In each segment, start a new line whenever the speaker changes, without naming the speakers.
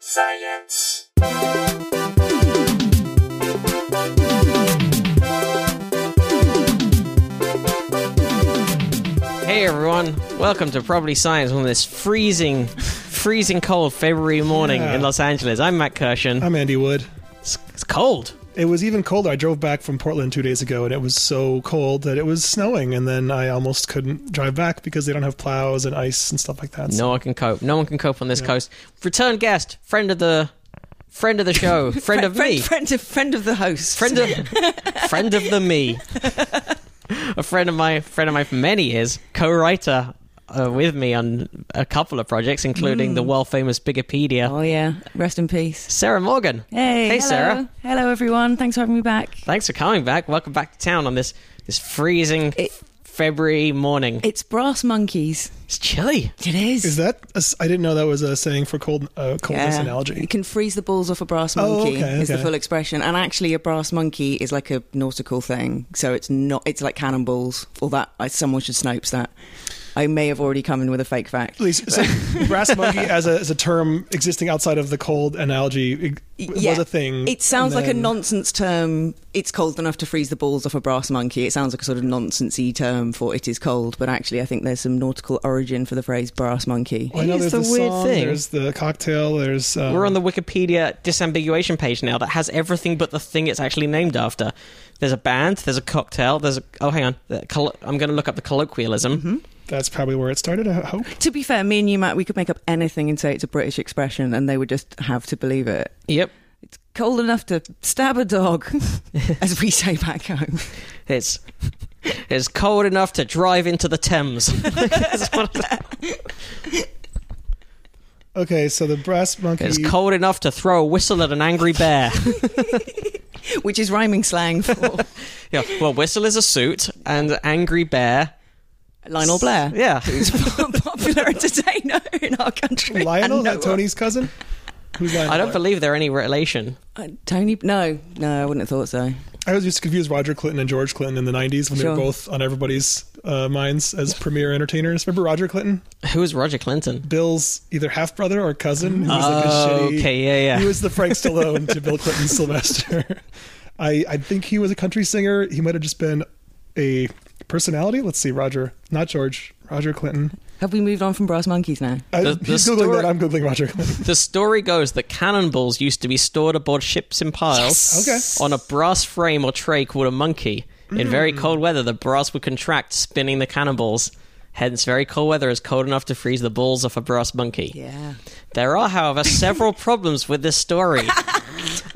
science.
Hey everyone, welcome to Probably Science on this freezing, freezing cold February morning
Yeah.
in Los Angeles. I'm Matt Kirshen.
I'm Andy Wood.
It's, it's cold.
It was even colder. I drove back from Portland two days ago, and it was so cold that it was snowing, and then I almost couldn't drive back because they don't have plows and ice and stuff like that. So-
No one can cope. No one can cope on this coast. Return guest, friend of the, friend of the show, friend of me,
friend, of, friend of the host.
friend of, friend of the me, a friend of my, friend of mine for many years, co-writer uh, with me on a couple of projects, including the world famous Bigopedia.
oh yeah, rest in peace.
Sarah Morgan. hey
Hey, hello.
Sarah.
Hello everyone. Thanks for having me back.
Thanks for coming back. Welcome back to town on this this freezing
It-
February morning.
It's brass monkeys.
it's chilly.
It is.
Is that? a s- I didn't know that was a saying for cold uh, coldness
You
analogy.
can freeze the balls off a brass
Oh,
monkey
okay,
is the
okay.
full expression. And actually a brass monkey is like a nautical thing. So it's not it's like cannonballs or that I, someone should snopes that. I may have already come in with a fake fact.
Please, so brass monkey as a, as a term existing outside of the cold analogy it was
Yeah.
a thing.
It sounds
and
like a
then-
nonsense term. It's cold enough to freeze the balls off a brass monkey. It sounds like a sort of nonsensey term for it is cold, but actually, I think there's some nautical origin for the phrase brass monkey.
Well, Oh, I know
It is
there's
the weird
song,
thing.
There's the cocktail. There's um,
We're on the Wikipedia disambiguation page now that has everything but the thing it's actually named after. There's a band, there's a cocktail, there's a oh hang on, The collo- I'm going to look up the colloquialism.
that's probably where it started. I hope.
To be fair, me and you, Matt, we could make up anything and say it's a British expression, and they would just have to believe it.
Yep,
It's cold enough to stab a dog, as we say back home.
it's it's cold enough to drive into the Thames. That's what it-
Okay, so the brass monkey.
it's cold enough to throw a whistle at an angry bear.
Which is rhyming slang for
yeah, well, whistle is a suit, and angry bear.
Lionel Blair,
Yeah,
who's a popular entertainer in our country.
Lionel,
and no
that Tony's cousin. Who's Lionel?
I don't
Blair?
believe they're any relation.
Uh, Tony? No, no, I wouldn't have thought so.
I was just confused Roger Clinton and George Clinton in the 90s when they were
Sure.
both on everybody's uh, minds as premier entertainers. Remember Roger Clinton?
Who is Roger Clinton?
Bill's either half brother or cousin. Who was
Oh,
like a shitty,
okay, yeah, yeah.
He was the Frank Stallone to Bill Clinton Sylvester. I, I think he was a country singer. He might have just been a personality. Let's see, Roger, not George, Roger Clinton.
Have we moved on from brass monkeys now?
I,
The- the
he's Googling
story-
that. I'm Googling Roger Clinton.
The story goes that cannonballs used to be stored aboard ships in piles
Okay.
on a brass frame or tray called a monkey. In very cold weather, the brass would contract, spinning the cannonballs. Hence, very cold weather is cold enough to freeze the balls off a brass monkey.
Yeah.
There are, however, several problems with this story,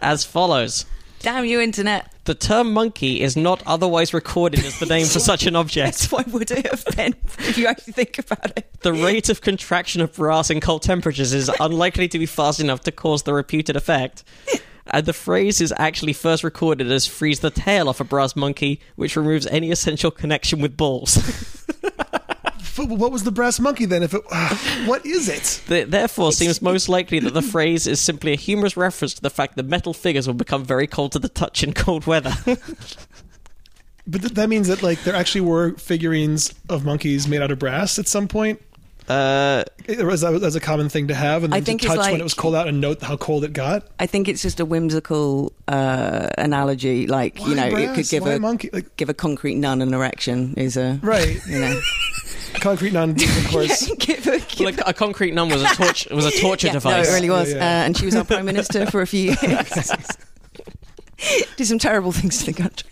as follows.
Damn you, internet.
The term monkey is not otherwise recorded as the name for such an object.
That's why would it have been if you actually think about it?
The rate of contraction of brass in cold temperatures is unlikely to be fast enough to cause the reputed effect. And the phrase is actually first recorded as freeze the tail off a brass monkey, which removes any essential connection with balls.
But what was the brass monkey then? If it, uh, What is it?
Th- Therefore, seems most likely that the phrase is simply a humorous reference to the fact that metal figures will become very cold to the touch in cold weather.
But th- that means that like there actually were figurines of monkeys made out of brass at some point.
uh,
It was, that was- that was a common thing to have, and
I
then to
think it's
touch when
like-
it was cold out and note how cold it got.
I think it's just a whimsical uh, analogy. Like
Why
you know, it could
brass?
give
Why
a
monkey, like,
give a concrete nun an erection. Is a
right?
You know,
Concrete nun, of course.
give a, give
like a concrete nun was a torch was a torture
Yeah,
device.
No, it really was,
Yeah, yeah.
Uh, and she was our prime minister for a few years. Did some terrible things to the country.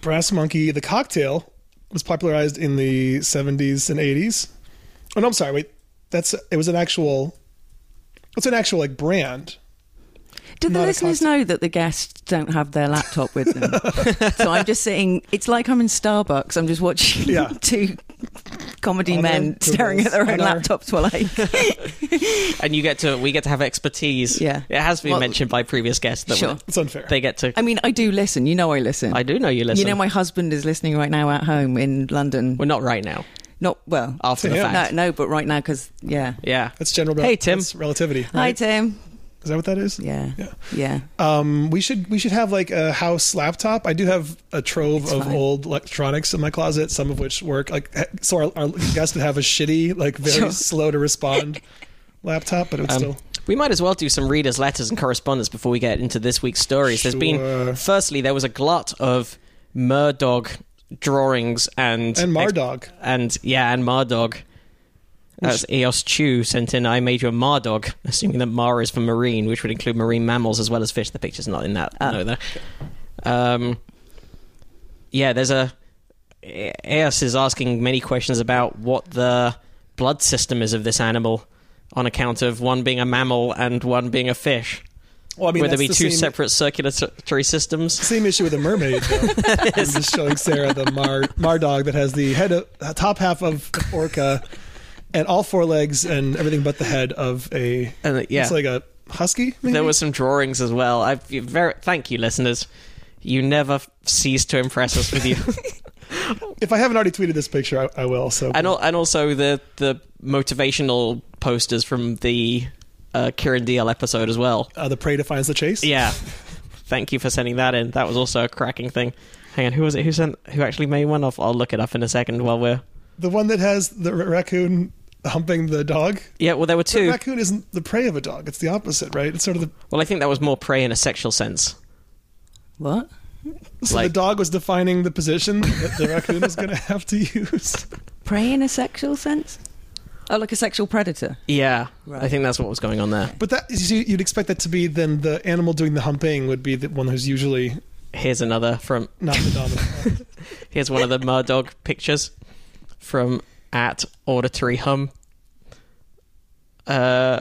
Brass monkey, the cocktail was popularized in the seventies and eighties. Oh no, I'm sorry. Wait, that's it was an actual. It's an actual like brand.
Do the
Not a
listeners
constant.
know that the guests don't have their laptop with them? so I'm just sitting. It's like I'm in Starbucks. I'm just watching
Yeah. Oh,
two comedy
On
men
our
staring at their
Googles,
own
on our-
laptops while I.
And you get to we get to have expertise.
Yeah.
It has been
Well-
mentioned by previous guests that
Sure.
It's unfair.
they get to
I mean, I do listen. You know, I listen.
I do know you listen.
You know, my husband is listening right now at home in London.
Well, not right now.
Not well.
After the
Yeah.
fact.
No, no, but right now because yeah.
Yeah.
that's general. rel-
Hey, Tim.
that's relativity.
Hi,
right?
Tim.
Is that what that is?
Yeah.
Yeah.
Yeah.
Um, we should we should have like a house laptop. I do have a trove of
fine.
old electronics in my closet, some eh, of which work. Like so, our, our guests would have a shitty, like very
Sure.
slow to respond laptop, but it would
Um,
still.
We might as well do some readers' letters and correspondence before we get into this week's stories. There's
Sure.
been, firstly, there was a glut of Murdog drawings and
And Mardog.
and yeah, and Mardog. That's Eos Chu sent in. I made you a Mardog, assuming that Mar is for marine, which would include marine mammals as well as fish. The picture's not in that.
Ah.
no, there. Um, yeah, there's a. Eos is asking many questions about what the blood system is of this animal, on account of one being a mammal and one being a fish.
Well, I
Would there be
that's
two
the same,
separate circulatory systems?
Same issue with a mermaid. though. I'm just showing Sarah the mar mardog that has the head, of, the top half of an orca, and all four legs and everything but the head of a.
And, uh, yeah.
it's like a husky. Maybe?
There were some drawings as well. I very thank you, listeners. You never f- cease to impress us with you,
If I haven't already tweeted this picture, I, I will. So
and al- and also the the motivational posters from the uh, Kieran DL episode as well.
uh, the prey defines the chase.
Yeah, thank you for sending that in. That was also a cracking thing. Hang on, who was it who sent who actually made one? I'll, I'll look it up in a second while we're
the one that has the r- raccoon humping the dog.
yeah. Well, there were
The
two.
raccoon isn't the prey of a dog; it's the opposite, right? It's sort of the
Well, I think that was more prey in a sexual sense.
What?
so the
Like-
dog was defining the position that the raccoon was going to have to use.
Prey in a sexual sense? Oh, like a sexual predator.
Yeah, I
Right.
think that's what was going on there.
But that you see, you'd expect that to be then the animal doing the humping would be the one who's usually
Here's another from
not the dominant.
Here's one of the Murdog pictures from at Auditory Hum. Uh,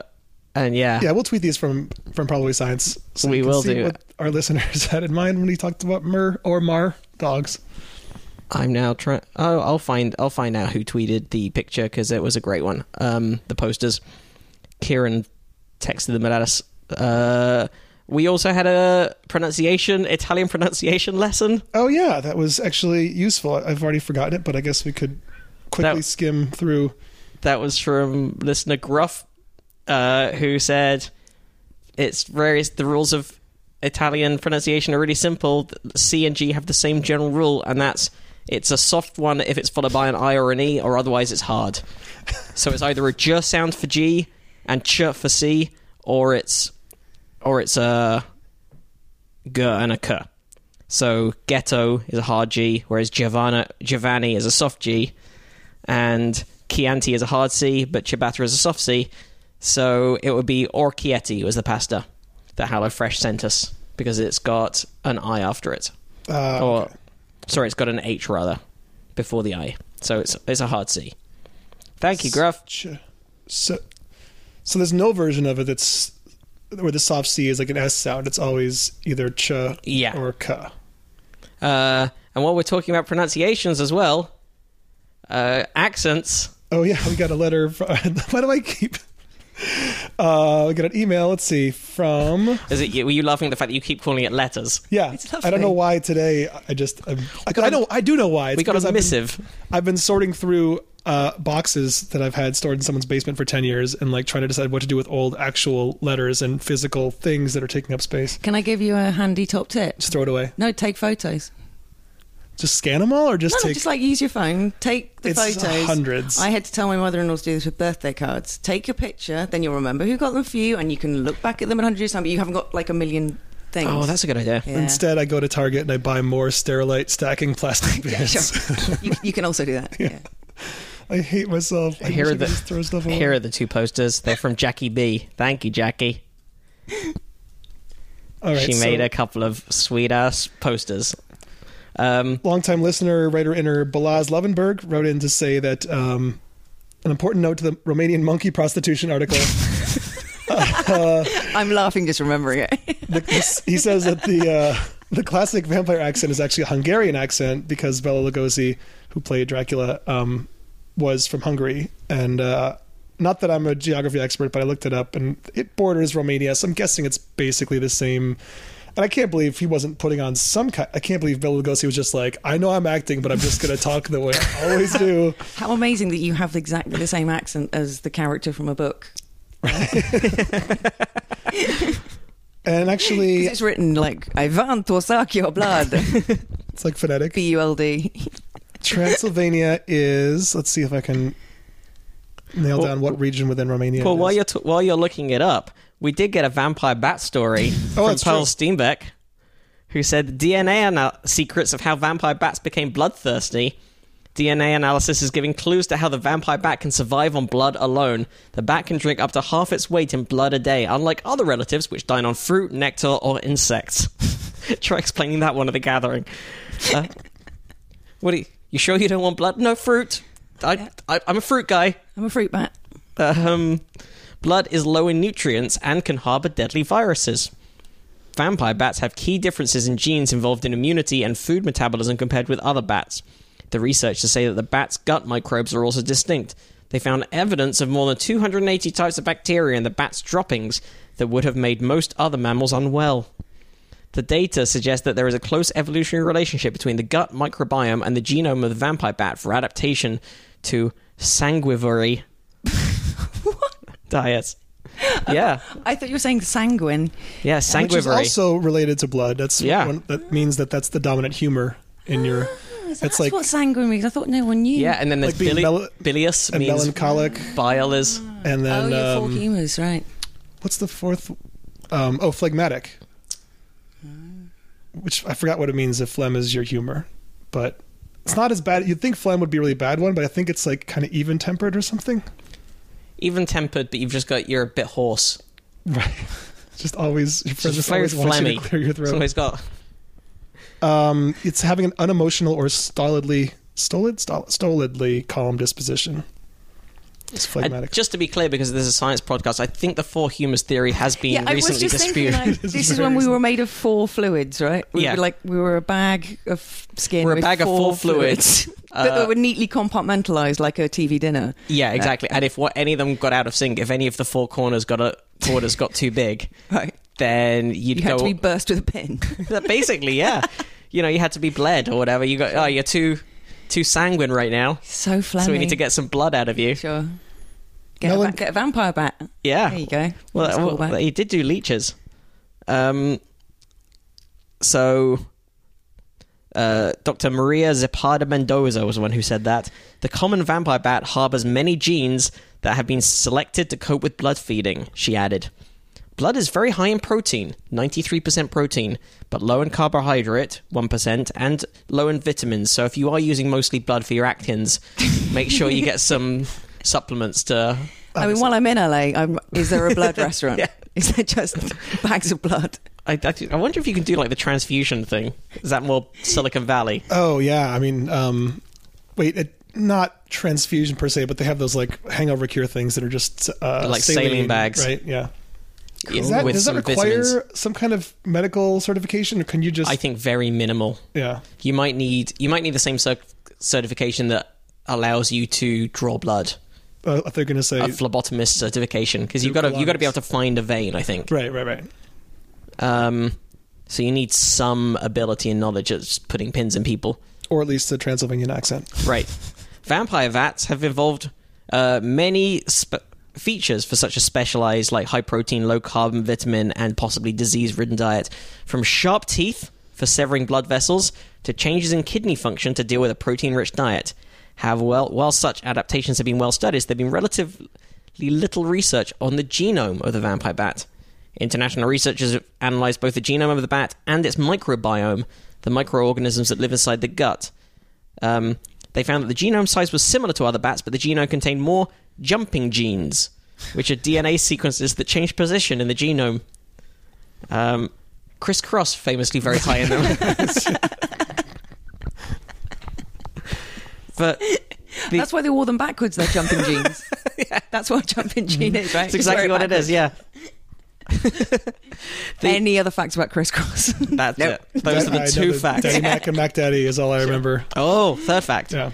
and yeah,
yeah, we'll tweet these from from probably science. So
We
you can
will
see
do
what our listeners had in mind when he talked about mer or mar dogs.
I'm now trying. Oh, I'll find I'll find out who tweeted the picture because it was a great one. Um, the posters. Kieran texted them at us. Uh, we also had a pronunciation Italian pronunciation lesson.
Oh yeah, that was actually useful. I- I've already forgotten it, but I guess we could quickly
That-
skim through.
That was from listener Gruff, uh, who said it's various. The rules of Italian pronunciation are really simple. C and G have the same general rule, and that's it's a soft one if it's followed by an I or an E, or otherwise it's hard. so it's either a J sound for G and Ch for C, or it's or it's a G and a K. So ghetto is a hard G, whereas Giovanna, Giovanni is a soft G, and Chianti is a hard C, but ciabatta is a soft C. So it would be Orchietti was the pasta that HelloFresh sent us because it's got an I after it,
Uh,
or sorry, it's got an H rather before the I. So it's it's a hard C. Thank you, Gruff.
Ch- So, so there's no version of it that's where the soft C is like an S sound. It's always either ch
Yeah.
or k.
Uh, and while we're talking about pronunciations as well, uh, accents.
Oh yeah, we got a letter. From, why do I keep? Uh, we got an email. Let's see from
Is it? Were you laughing at the fact that you keep calling it letters?
yeah.
It's
I don't know
lovely.
why today. I just I'm, I, I know I do know why. It's
We got
because
a
I've been-
missive.
I've been sorting through uh, boxes that I've had stored in someone's basement for ten years and like trying to decide what to do with old actual letters and physical things that are taking up space.
Can I give you a handy top tip?
Just throw it away.
No, take photos.
Just scan them all, or just
No, no,
take
just like use your phone. Take the
It's
photos.
hundreds.
I had to tell my mother-in-law to do this with birthday cards. Take your picture, then you'll remember who got them for you, and you can look back at them in hundred years time. But you haven't got like a million things.
Oh, that's a good idea.
yeah.
Instead, I go to Target and I buy more Sterilite stacking plastic bins.
Sure. you, you can also do that. Yeah.
I hate myself. I
Here are
wish I could
the-
just throw stuff away.
Here are the two posters. They're from Jackie B. Thank you, Jackie.
All right,
she
so
made a couple of sweet ass posters. Um,
Longtime listener, writer, inner Balaz Levenberg wrote in to say that um, an important note to the Romanian monkey prostitution article.
I'm laughing just remembering it.
the, he says that the uh, the classic vampire accent is actually a Hungarian accent because Bela Lugosi, who played Dracula, um, was from Hungary. And uh, not that I'm a geography expert, but I looked it up, and it borders Romania. So I'm guessing it's basically the same. And I can't believe he wasn't putting on some kind. I can't believe Bela Lugosi was just like, I know I'm acting, but I'm just going to talk the way I always do.
How amazing that you have exactly the same accent as the character from a book.
And actually,
'Cause It's written like Ivan Torsak your blood.
it's like phonetic.
B U L D.
Transylvania is. Let's see if I can. nail
Well-
down what region within Romania.
Well,
it
while
is.
you're t- while you're looking it up, we did get a vampire bat story
Oh,
from
that's
Paul
true.
Steenbeck, who said DNA ana- secrets of how vampire bats became bloodthirsty. DNA analysis is giving clues to how the vampire bat can survive on blood alone. The bat can drink up to half its weight in blood a day, unlike other relatives which dine on fruit, nectar, or insects. Try explaining that one at the gathering. Uh, what do you, you sure you don't want blood? No fruit. I, I, I'm a fruit guy.
I'm a fruit bat.
Um, blood is low in nutrients and can harbor deadly viruses. Vampire bats have key differences in genes involved in immunity and food metabolism compared with other bats. The researchers say that the bat's gut microbes are also distinct. They found evidence of more than 280 types of bacteria in the bat's droppings that would have made most other mammals unwell. The data suggests that there is a close evolutionary relationship between the gut microbiome and the genome of the vampire bat for adaptation to sanguivary diets. Yeah,
I thought you were saying sanguine.
yeah,
Which is
sanguivary.
also related to blood. That's
Yeah.
one, that means that that's the dominant humor in your.
Ah, That's
it's like
what sanguine means. I thought no one knew.
yeah, and then there's
Like being
bili-
mel-
bilious
and
means
melancholic,
bile is.
and
Oh,
then
yeah, four
um,
humours, right.
what's the fourth? Um, oh, phlegmatic,
Ah.
which I forgot what it means. If phlegm is your humor, but it's not as bad. You'd think phlegm would be a really bad one, but I think it's like kind of even tempered or something.
Even tempered, but you've just got you're a bit hoarse.
Right. Just always, your friend
It's
just
very
always wants you
phlegmy.
to clear your throat.
Somebody's got
Um, it's having an unemotional or stolidly, stolid, Stol- stolidly calm disposition. It's
I-
phlegmatic.
just to be clear, because this is a science podcast, I think the four humours theory has been
yeah, I was
recently
just thinking
disputed.
like,
This
this
is
is
very
when we
reasonable.
were made of four fluids, right? We
Yeah.
were like we were a bag of skin.
We're a
with
bag of four fluids.
that
Uh,
were neatly compartmentalized like a TV dinner.
yeah, exactly. And if what, any of them got out of sync, if any of the four corners got a borders got too big,
Right.
then
You
you'd
had
go
to be burst with a pin.
basically, yeah. You know, you had to be bled or whatever. You got oh, you're too too sanguine right now,
so flammy.
so we need to get some blood out of you.
sure. Get, a,
Melan-
va- get a vampire bat.
Yeah.
There you go.
Well,
That's
well,
cool, bat.
he did do leeches. Um, so, uh, Dr. Maria Zepada Mendoza was the one who said that the common vampire bat harbors many genes that have been selected to cope with blood feeding. She added, "Blood is very high in protein, ninety-three percent protein, but low in carbohydrate, one percent, and low in vitamins. So, if you are using mostly blood for your actins, make sure you get some supplements to."
I mean, while I'm in LA, I'm, is there a blood restaurant?
Yeah.
Is there just bags of blood?
I, I, I wonder if you can do like the transfusion thing. Is that more Silicon Valley?
oh, yeah. I mean, um, wait, it, not transfusion per se, but they have those like hangover cure things that are just uh,
Like saline bags.
Right. Yeah.
With
Is that, does that
some
require
vitamins.
some kind of medical certification, or can you just?
I think very minimal.
yeah.
You might need you might need the same cer- certification that allows you to draw blood,
Uh, I thought you were going to say.
a phlebotomist certification, because you've got to you have got to be able to find a vein. I think.
right. Right. Right.
Um, so you need some ability and knowledge at s- putting pins in people.
Or at least a Transylvanian accent.
Right. Vampire vats have evolved uh, many sp- features for such a specialized, like high protein, low carbon, vitamin, and possibly disease ridden diet. From sharp teeth for severing blood vessels to changes in kidney function to deal with a protein rich diet. However, well, while such adaptations have been well studied, there have been relatively little research on the genome of the vampire bat. International researchers have analyzed both the genome of the bat and its microbiome, the microorganisms that live inside the gut. Um, they found that the genome size was similar to other bats, but the genome contained more jumping genes, which are DNA sequences that change position in the genome. Um, crisscross, famously very high in them. but The-
That's why they wore them backwards. They're jumping jeans. That's what a jumping jean is, right?
that's exactly what it is, yeah. The-
Any other facts about crisscross?
That's
Nope.
it. Those
That-
are the
I know
two
that
facts.
Daddy Mac and Mac Daddy is all I remember.
Oh, third fact.
Yeah.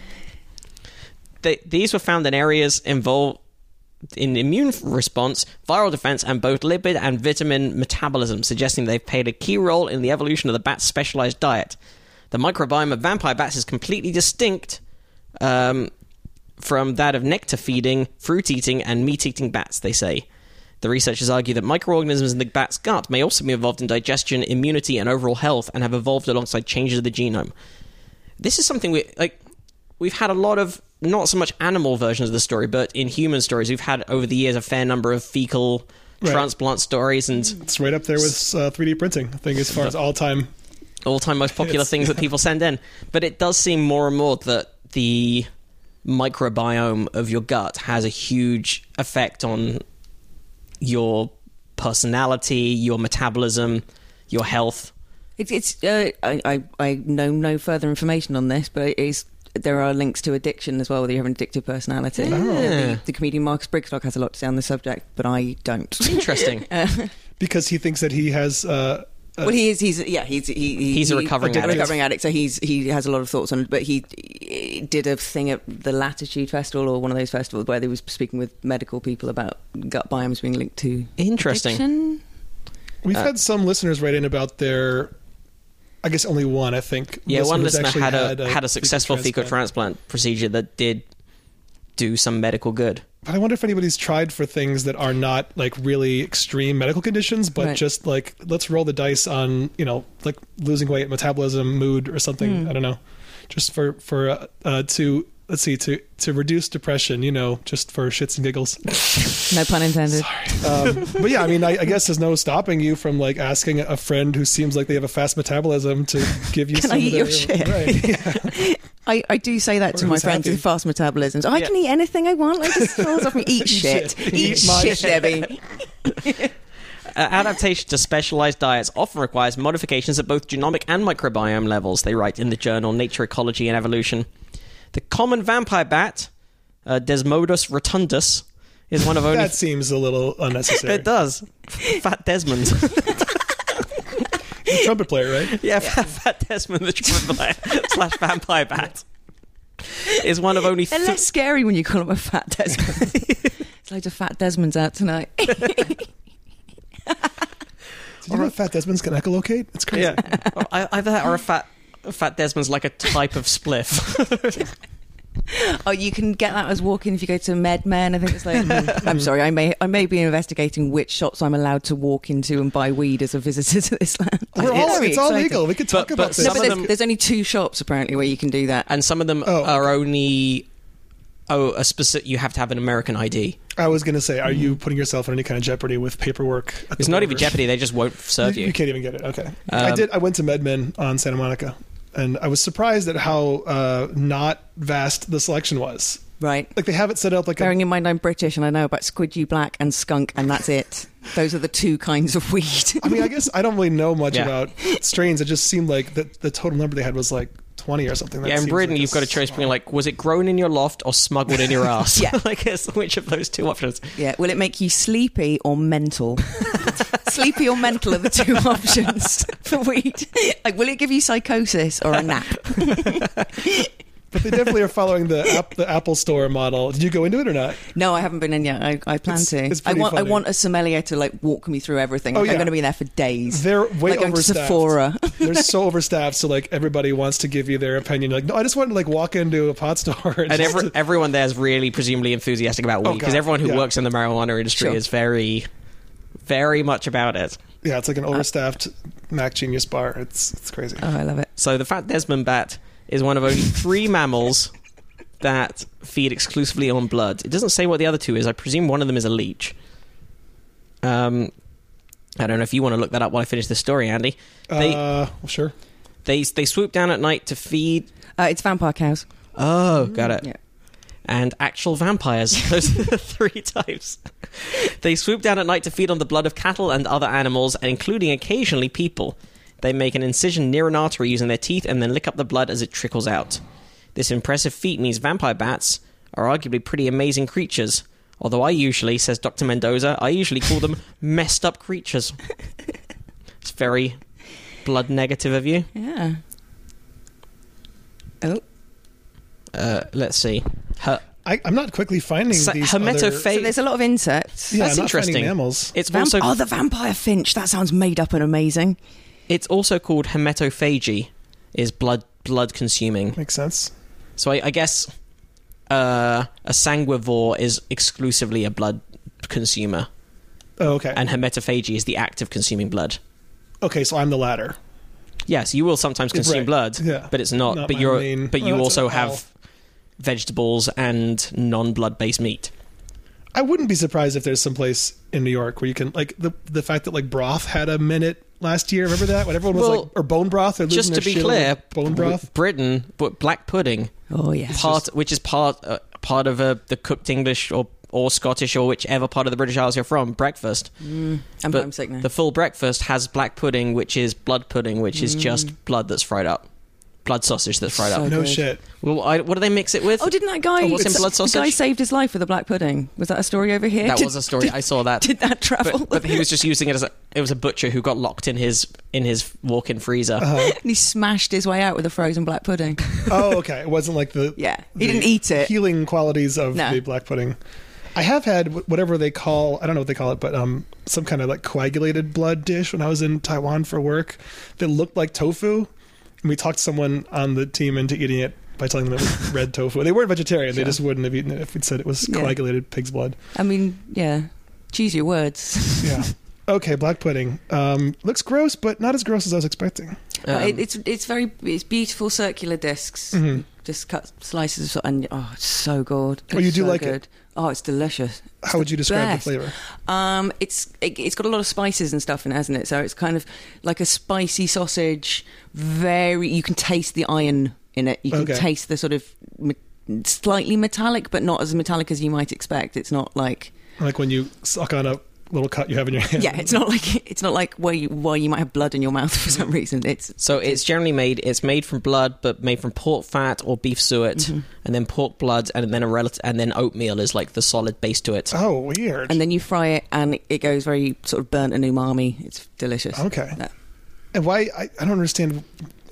They, these were found in areas involved in immune response, viral defense, and both lipid and vitamin metabolism, suggesting they've played a key role in the evolution of the bat's specialized diet. The microbiome of vampire bats is completely distinct um, from that of nectar feeding, fruit eating, and meat eating bats, they say. The researchers argue that microorganisms in the bat's gut may also be involved in digestion, immunity, and overall health, and have evolved alongside changes of the genome. This is something we like. We've had a lot of not so much animal versions of the story, but in human stories, we've had over the years a fair number of fecal
Right. Hmm.
transplant stories and
It's right up there with uh, 3D printing. I think as far as all time.
all time most popular
Yes.
things that people send in. But it does seem more and more that the microbiome of your gut has a huge effect on your personality, your metabolism, your health.
It's, it's uh, I, I, I know no further information on this, but it is, there are links to addiction as well, whether you have an addictive personality. The, the comedian Marcus Brigstock has a lot to say on the subject, but I don't.
Interesting.
because he thinks that he has uh, a
well, he is. He's yeah. He's he, he-
He's a
he-
recovering
a
addict.
recovering addict. So he's he has a lot of thoughts on. it. But he, he did a thing at the Latitude Festival or one of those festivals where they was speaking with medical people about gut biomes being linked to
Interesting.
addiction.
We've
Uh,
had some listeners write in about their. I guess only one. I think.
Yeah, one
who's
listener
actually
had a had a, successful fecal
fecal transplant.
transplant procedure that did do some medical good.
But I wonder if anybody's tried for things that are not like really extreme medical conditions, but
Right.
just like let's roll the dice on you know like losing weight, metabolism, mood, or something. I don't know, just for for uh, uh, to let's see to to reduce depression. You know, just for shits and giggles.
No pun intended.
Um, but yeah, I mean, I, I guess there's no stopping you from like asking a friend who seems like they have a fast metabolism to give you.
Can
some
I
of
eat your
their-
shit?
Right.
I, I do say that
Or
to my
who's
friends
happy.
with fast metabolisms. I
Yeah.
can eat anything I want. Like just falls off me. Eat shit.
shit.
Eat
Eat my
shit,
shit.
Debbie.
Uh, adaptation to specialized diets often requires modifications at both genomic and microbiome levels, they write in the journal Nature Ecology and Evolution. The common vampire bat, uh, Desmodus rotundus, is one of only.
That seems a little unnecessary.
it does. Fat Desmond.
The trumpet player, right?
yeah, Fat, Fat Desmond the trumpet player slash vampire bat is one of only.
They're
Th-
less scary when you call them a fat Desmond. There's loads of fat Desmonds out tonight.
Did you know Fat Desmond's can echolocate? It's crazy.
yeah, Or ei- either that or a fat. Fat Desmond's like a type of spliff.
Oh, you can get that as walking if you go to MedMen. I think it's like. I'm sorry, I may I may be investigating which shops I'm allowed to walk into and buy weed as a visitor to this land.
We're all, it's,
very
all
exciting.
legal. We could talk
But-
about
but
this.
No,
Some
but
of
there's,
them-
there's only two shops apparently where you can do that.
and some of them
Oh.
are only oh a specific. You have to have an American ID.
I was going to say, are you putting yourself in any kind of jeopardy with paperwork? at
Mm. It's
the
not even
border?
Jeopardy. They just won't serve
You,
you.
you can't even get it. Okay. I
Um,
did. I went to MedMen on Santa Monica, and I was surprised at how uh, not vast the selection was.
right.
Like they have it set up like a
Bearing in mind I'm British and I know about squidgy black and skunk and that's it. Those are the two kinds of weed.
I mean, I guess I don't really know much
Yeah.
about strains. It just seemed like the, the total number they had was like 20 or something. That
Yeah, in
seems
Britain,
like
you've got a choice between like, was it grown in your loft or smuggled in your ass?
Yeah.
like, it's which of those two options?
yeah. Will it make you sleepy or mental? sleepy or mental are the two options for weed. Like, will it give you psychosis or a nap?
But they definitely are following the app, the Apple Store model. Did you go into it or not?
No, I haven't been in yet. I, I plan
It's-
to.
it's
I
pretty
want
funny.
I want a sommelier to like walk me through everything.
Oh,
Like,
yeah.
I'm going to be there for days.
They're way
like going to
overstaffed.
Sephora. Oh,
They're so overstaffed, so like everybody wants to give you their opinion. You're like, no, I just wanted to like walk into a pot store. And
And
just-
every, everyone there is really presumably enthusiastic about weed because
Oh, God,
everyone who
yeah.
works in the marijuana industry
Sure.
is very, very much about it.
yeah, it's like an overstaffed Mac Genius bar. It's it's crazy.
Uh,
Oh, I love it.
So the fat Desmond bat is one of only three mammals that feed exclusively on blood. It doesn't say what the other two is. I presume one of them is a leech. Um, I don't know if you want to look that up while I finish this story, Andy. They
uh, well, sure.
they they swoop down at night to feed
Uh, it's vampire cows.
Oh, got it.
Yeah.
And actual vampires. Those are the three types. They swoop down at night to feed on the blood of cattle and other animals, and including occasionally people. They make an incision near an artery using their teeth and then lick up the blood as it trickles out. This impressive feat means vampire bats are arguably pretty amazing creatures. Although I usually, says Dr. Mendoza, I usually call them messed up creatures. It's very blood negative of you.
Yeah. Oh,
Uh, let's see. Her,
I, I'm not quickly finding
Sa-
these
Hermetophaga-
other-
so there's a lot of insects.
yeah,
That's
I'm not finding
interesting.
Mammals.
it's
Vamp-
also
oh, the vampire finch. That sounds made up and amazing.
It's also called hematophagy, is blood blood consuming.
Makes sense.
So I, I guess uh, a sanguivore is exclusively a blood consumer,
Oh, okay.
and hematophagy is the act of consuming blood.
okay, so I'm the latter.
Yes, you will sometimes consume
Right,
blood,
yeah.
but it's not.
Not
but
my
you're
main-
but
well,
you
that's
also
an owl.
have vegetables and non-blood based meat.
I wouldn't be surprised if there's some place in New York where you can like the the fact that like broth had a minute last year. Remember that when everyone was
Well,
like or bone broth. They're losing
Just to
their
be
shit over
clear,
bone
Br-
broth.
Britain, but black pudding,
Oh yes.
part which is part uh, part of uh, the cooked English or or Scottish or whichever part of the British Isles you're from, breakfast.
Mm-hmm. I'm
But
homesick now.
The full breakfast has black pudding, which is blood pudding, which is just blood that's fried up, blood sausage that's fried
Mm. So-
up.
No
good.
shit.
Well, I, what do they mix it with?
oh, didn't that guy?
Oh, what's in
s-
blood
The guy
sausage?
saved his life with a black pudding. Was that a story over here?
that
did,
was a story. I saw that.
did that travel?
But, but he was just using it as a, it was a butcher who got locked in his in his walk-in freezer.
and he smashed his way out with a frozen black pudding.
Oh, okay. It wasn't like the
Yeah, he
the
didn't eat it.
Healing qualities of
No.
the black pudding. I have had wh- whatever they call I don't know what they call it, but um some kind of like coagulated blood dish when I was in Taiwan for work that looked like tofu, and we talked someone on the team into eating it by telling them it was red tofu. They weren't vegetarian; they just wouldn't have eaten it if we'd said it was
Yeah.
coagulated pig's blood.
I mean, yeah. Choose your words.
Yeah. okay, black pudding. Um, looks gross, but not as gross as I was expecting.
Um,
it, it's it's very it's beautiful circular disks.
Mm-hmm.
Just cut slices of so- and oh, it's so good.
Oh, you
It's
do
so
like it?
good. Oh, it's delicious. It's
How would
the
you describe
best.
the flavor?
Um, it's it, it's got a lot of spices and stuff in it, hasn't it? So it's kind of like a spicy sausage. Very, you can taste the iron in it. You can
Okay.
taste the sort of me- slightly metallic, but not as metallic as you might expect. It's not like
Like when you suck on a little cut you have in your hand.
yeah, it's not like it's not like why you why you might have blood in your mouth for some reason. It's
so it's generally made it's made from blood, but made from pork fat or beef suet,
Mm-hmm.
and then pork blood, and then a relative, and then oatmeal is like the solid base to it.
Oh, weird.
and then you fry it and it goes very sort of burnt and umami. It's delicious.
Okay.
Yeah.
And why I, I don't understand the-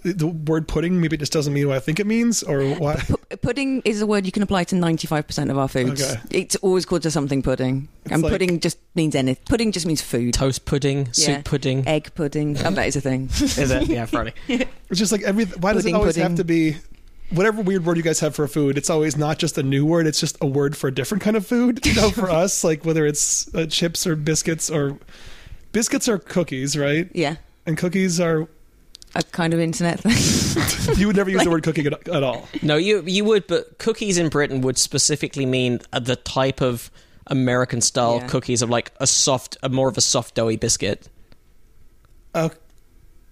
the word pudding. Maybe it just doesn't mean what I think it means, or why.
P- Pudding is a word you can apply to 95% of our foods.
Okay.
It's always called to something pudding.
It's
and
like-
pudding just means anything. Pudding just means food.
Toast pudding,
Yeah.
soup pudding,
Egg pudding. I bet it's a thing.
is it? Yeah, Friday.
It's just like every. Why does it
Pudding,
always
pudding.
have to be? Whatever weird word you guys have for food, it's always not just a new word. It's just a word for a different kind of food. You know, for us, like whether it's uh, chips or biscuits or biscuits are cookies, right?
Yeah.
And cookies are
A kind of internet thing.
you would never use the word cookie at, at all.
No, you you would, but cookies in Britain would specifically mean uh, the type of American style
Yeah.
cookies of like a soft, a more of a soft doughy biscuit,
Uh,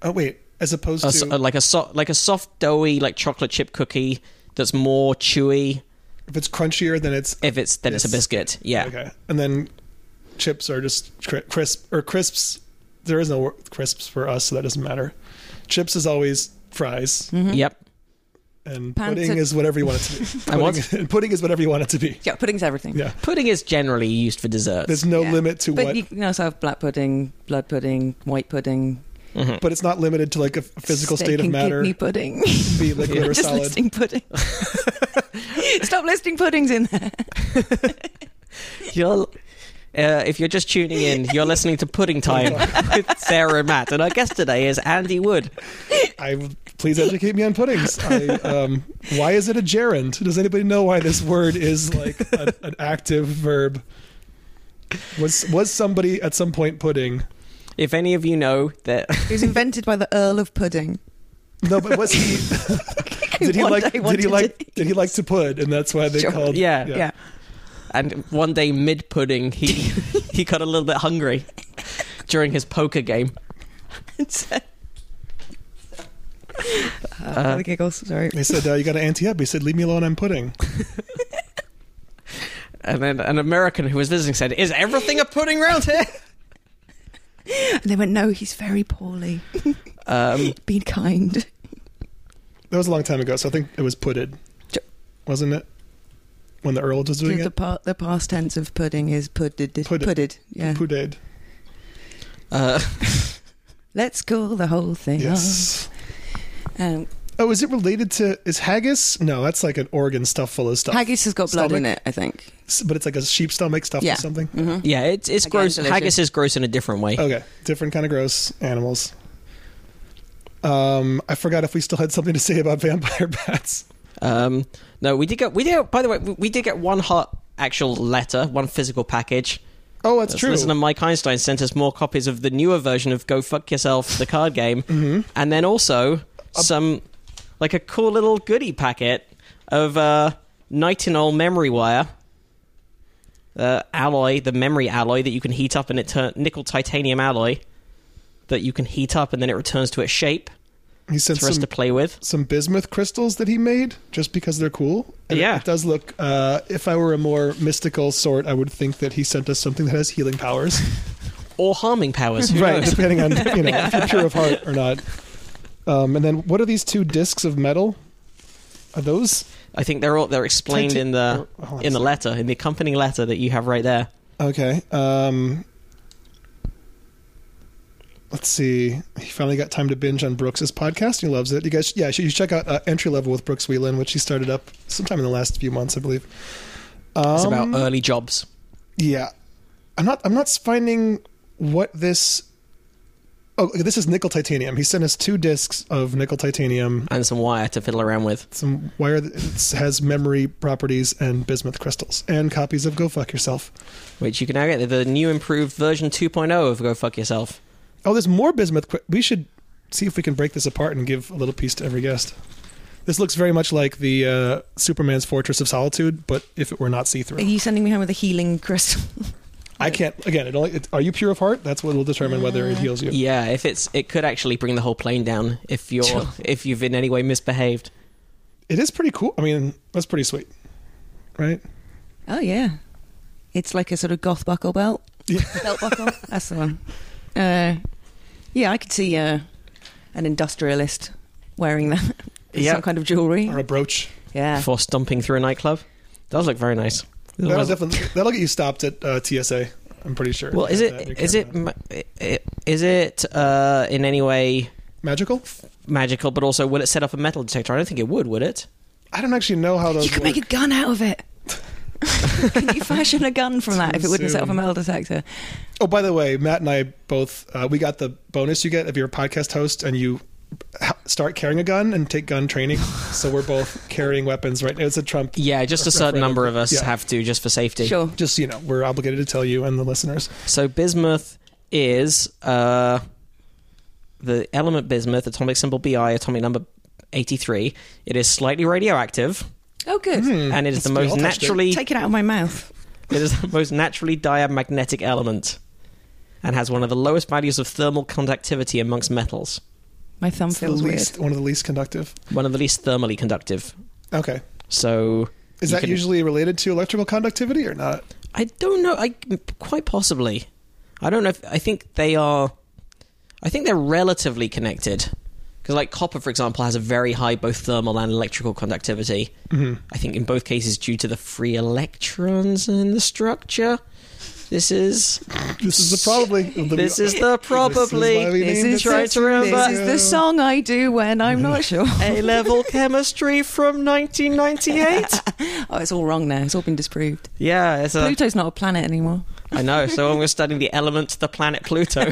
oh wait, as opposed
a,
to
so- like a so, like a soft doughy like chocolate chip cookie that's more chewy.
if it's crunchier, then it's
If it's then it's a
Yes.
biscuit, yeah.
Okay. And then chips are just cri- crisp or crisps. There is no wor- crisps for us, so that doesn't matter. Chips is always fries,
Mm.
Yep.
and
Pants
pudding
are-
is whatever you want it to be.
And
pudding,
what's-
and pudding is whatever you want it to be.
yeah, pudding's everything.
Yeah.
Pudding is generally used for desserts.
There's no
Yeah.
limit to
But
what,
you can also have black pudding, blood pudding, white pudding,
but it's not limited to like a f- physical
steak
state of
and
matter,
kidney pudding.
be liquid or
Just
solid.
listing pudding. Stop listing puddings in there.
You're, uh, if you're just tuning in, you're listening to Pudding Time with Sarah and Matt, and our guest today is Andy Wood.
I please educate me on puddings. I, um, why is it a gerund? Does anybody know why this word is like a, an active verb? Was was somebody at some point pudding?
If any of you know that,
It was invented by the Earl of Pudding.
No, but was he? did he
One
like?
day
Did
wanted
he like?
to-
Did he like to put? And that's why they
Sure.
called.
Yeah.
Yeah.
and one day mid pudding, he he got a little bit hungry during his poker game.
So- Uh, the giggles, sorry.
They said uh, you got to ante up. He said, "Leave me alone. I'm pudding."
And then an American who was visiting said, "Is everything a pudding round here?"
And they went, no, he's very poorly.
Um,
Be kind.
That was a long time ago, so I think it was putted,
Sure.
wasn't it? When the Earl was doing
The, the,
it,
pa- the past tense of pudding is pudded.
Pudded.
Pudded. yeah.
putted.
uh,
Let's call the whole thing
Yes.
off. Um,
Oh, is it related to is haggis? No, that's like an organ stuffed full of stuff.
haggis has got blood in
Stomach?
it, I think.
S- but it's like a sheep stomach stuffed
Yeah.
with something.
yeah, it's it's
Again,
gross.
delicious.
Haggis is gross in a different way.
Okay, different kind of gross animals. Um, I forgot if we still had something to say about vampire bats.
Um, no, we did get we did. By the way, we, we did get one hot actual letter, one physical package.
Oh, that's
Let's
true.
Listen to Mike Einstein sent us more copies of the newer version of Go Fuck Yourself, the card game,
Mm-hmm.
and then also some like a cool little goodie packet of uh, nitinol memory wire, uh, alloy, the memory alloy that you can heat up and it turn nickel titanium alloy that you can heat up and then it returns to its shape
He sent
for us
some
to play with.
some bismuth crystals that he made just because they're cool. And it-
Yeah.
it, does look. Uh, if I were a more mystical sort, I would think that he sent us something that has healing powers.
Or harming powers. Who
right,
knows?
depending on you know if you're pure of heart or not. Um, and then what are these two discs of metal? Are those?
I think they're all they're explained
Titan-
in the
oh, hold on a
in the
second.
letter, in the accompanying letter that you have right there.
Okay. Um, let's see. He finally got time to binge on Brooks's podcast. He loves it. You guys, yeah, you should check out uh, Entry Level with Brooks Wheelan, which he started up sometime in the last few months, I believe. Um,
It's about early jobs.
yeah. I'm not. I'm not finding what this. Oh, this is nickel titanium. He sent us two discs of nickel titanium.
and some wire to fiddle around with.
Some wire that has memory properties and bismuth crystals, and copies of Go Fuck Yourself.
Which you can now get the- the new improved version 2.0 of Go Fuck Yourself.
Oh, there's more bismuth. Qu- we should see if we can break this apart and give a little piece to every guest. This looks very much like the uh, Superman's Fortress of Solitude, but if it were not
Are
see-through,
you sending me home with a healing crystal?
I can't. Again, it only. It, are you pure of heart? That's what will determine whether it heals you.
Yeah, if it's it could actually bring the whole plane down if you're
Sure.
if you've in any way misbehaved.
It is pretty cool. I mean, that's pretty sweet, right?
Oh yeah, it's like a sort of goth buckle belt.
Yeah.
Belt buckle. That's the one. Uh, yeah, I could see uh, an industrialist wearing that. With
Yeah.
Some kind of jewelry.
Or a brooch.
Yeah.
Before stomping through a nightclub, does look very nice.
That'll
Well,
definitely. That'll get you stopped at uh, TSA. I'm pretty sure.
well, is
Yeah, you
it
can-
is it ma- i- i- is it uh, in any way
magical?
magical? But also, will it set off a metal detector? I don't think it would. Would it?
I don't actually know how those.
You could
work.
make a gun out of it. Can you fashion a gun from that if it wouldn't set off
Too
a
soon.
metal detector?
Oh, by the way, Matt and I both uh, we got the bonus you get if you're a podcast host and you h- start carrying a gun and take gun training. so we're both carrying weapons right now. It's a Trump.
Yeah, just a certain number of us
Yeah.
have to just for safety.
Sure.
Just you know, we're obligated to tell you and the listeners.
So bismuth is uh, the element bismuth, atomic symbol Bi, atomic number 83. It is slightly radioactive,
Oh, good.
Mm. Hmm.
and it is the
That's- we
most
all touched it.
naturally it
Take it out of my mouth.
is the most naturally diamagnetic element, and has one of the lowest values of thermal conductivity amongst metals.
My thumb
It's the
feels weird.
least one of the least conductive.
One of the least thermally conductive.
Okay,
So
is
you
that
can-
usually related to electrical conductivity or not?
I don't know. I quite possibly. I don't know. if I think they are. I think they're relatively connected because, like copper, for example, has a very high both thermal and electrical conductivity. I think in both cases due to the free electrons in the structure. This is
This is the probably.
this is the probably
why we
This
named
is,
it.
Try to remember.
this is the song I do when I'm not sure.
A level chemistry from 1998.
Oh, it's all wrong now. It's all been disproved.
Yeah, it's a,
Pluto's not a planet anymore.
I know. So when we're studying the element, the planet Pluto.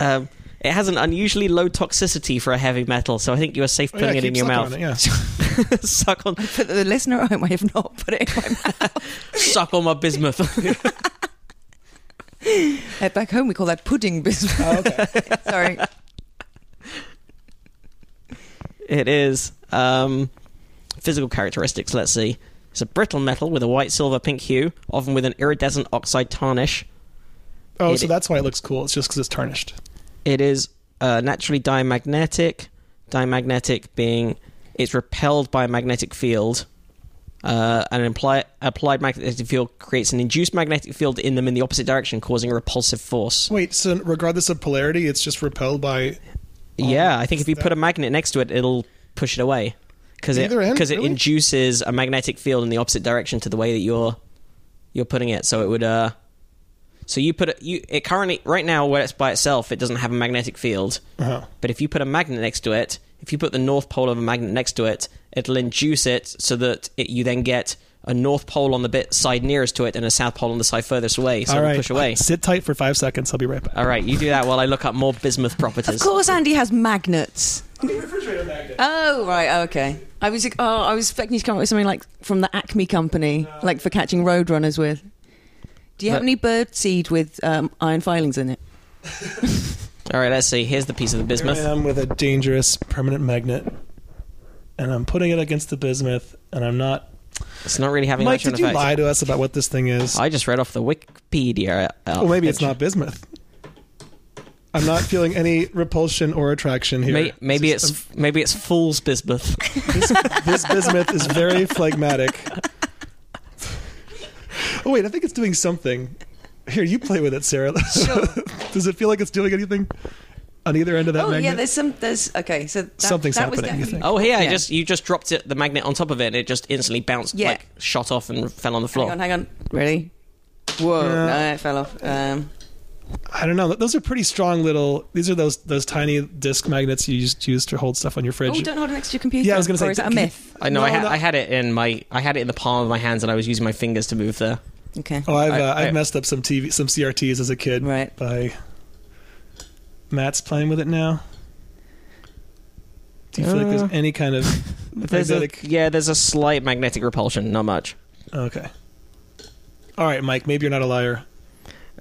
um, it has an unusually low toxicity for a heavy metal, so I think you are safe
Oh,
putting
yeah,
it in
keep
your
sucking
mouth.
on it, yeah.
suck on,
But the listener at home, I have not put it in my mouth.
suck on my bismuth.
Uh, Back home, we call that pudding bismuth.
Oh, okay.
Sorry.
it is um, physical characteristics. Let's see. It's a brittle metal with a white, silver, pink hue, often with an iridescent oxide tarnish.
Oh,
It-
so that's why it looks cool. It's just because it's tarnished.
It is uh, naturally diamagnetic. Diamagnetic being it's repelled by a magnetic field. Uh, an impli- applied magnetic field creates an induced magnetic field in them in the opposite direction, causing a repulsive force.
Wait, so regardless of polarity, it's just repelled by
yeah, I think if you
that-
put a magnet next to it, it'll push it away because it
Either end,
because it
really?
induces a magnetic field in the opposite direction to the way that you're you're putting it. So it would. Uh, so you put it. You it currently right now where it's by itself, it doesn't have a magnetic field.
Uh-huh.
But if you put a magnet next to it, if you put the north pole of a magnet next to it, it'll induce it so that it, you then get a north pole on the bit side nearest to it and a south pole on the side furthest away. So
All
it'll
right.
push away.
Sit tight for five seconds. I'll be right back.
All right, you do that while I look up more bismuth
Of
properties.
course, Andy has magnets.
Refrigerator magnet.
Oh right, oh, okay. I was oh, I was expecting you to come up with something like from the Acme company, like for catching roadrunners with. Do you have
No.
any bird seed with um, iron filings in it?
All right, let's see. Here's the piece of the
Here I
bismuth.
am with a dangerous permanent magnet, and I'm putting it against the bismuth, and I'm not.
It's not really having
Mike,
much of
did
an
you
effect.
lie to us about what this thing is?
I just read off the Wikipedia. Uh,
well, maybe it's not bismuth. I'm not feeling any repulsion or attraction here.
May- maybe
It's
it's
just-
maybe it's fool's bismuth.
this bismuth is very phlegmatic. Oh wait, I think it's doing something. Here, you play with it, Sarah. Does it feel like it's doing anything on either end of that
oh yeah,
magnet?
there's some. There's okay. So that,
Something's
that was
happening, you
definitely-
think?
Oh here, I
Yeah.
just you just dropped it, the magnet on top of it, and it just instantly bounced,
Yeah.
like shot off and fell on the
Hang
floor.
on, hang on. Ready? Whoa!
Yeah.
No, it fell off. Um,
I don't know. Those are pretty strong little. These are those those tiny disc magnets you used use to hold stuff on your fridge.
oh, don't hold it next to your computer.
Yeah, I was gonna
Or
say,
is that a
can you-
myth?
I know I,
No,
ha-
no.
I had it in my I had it in the palm of my hands, and I was using my fingers to move the.
Okay.
oh, I've
I-
uh,
I-
I've messed up some TV some CRTs as a kid.
Right.
By Matt's playing with it now. Do you feel like
Uh,
there's any kind of
There's a,
magnetic?
yeah, there's a slight magnetic repulsion, not much.
Okay. All right, Mike. Maybe you're not a liar.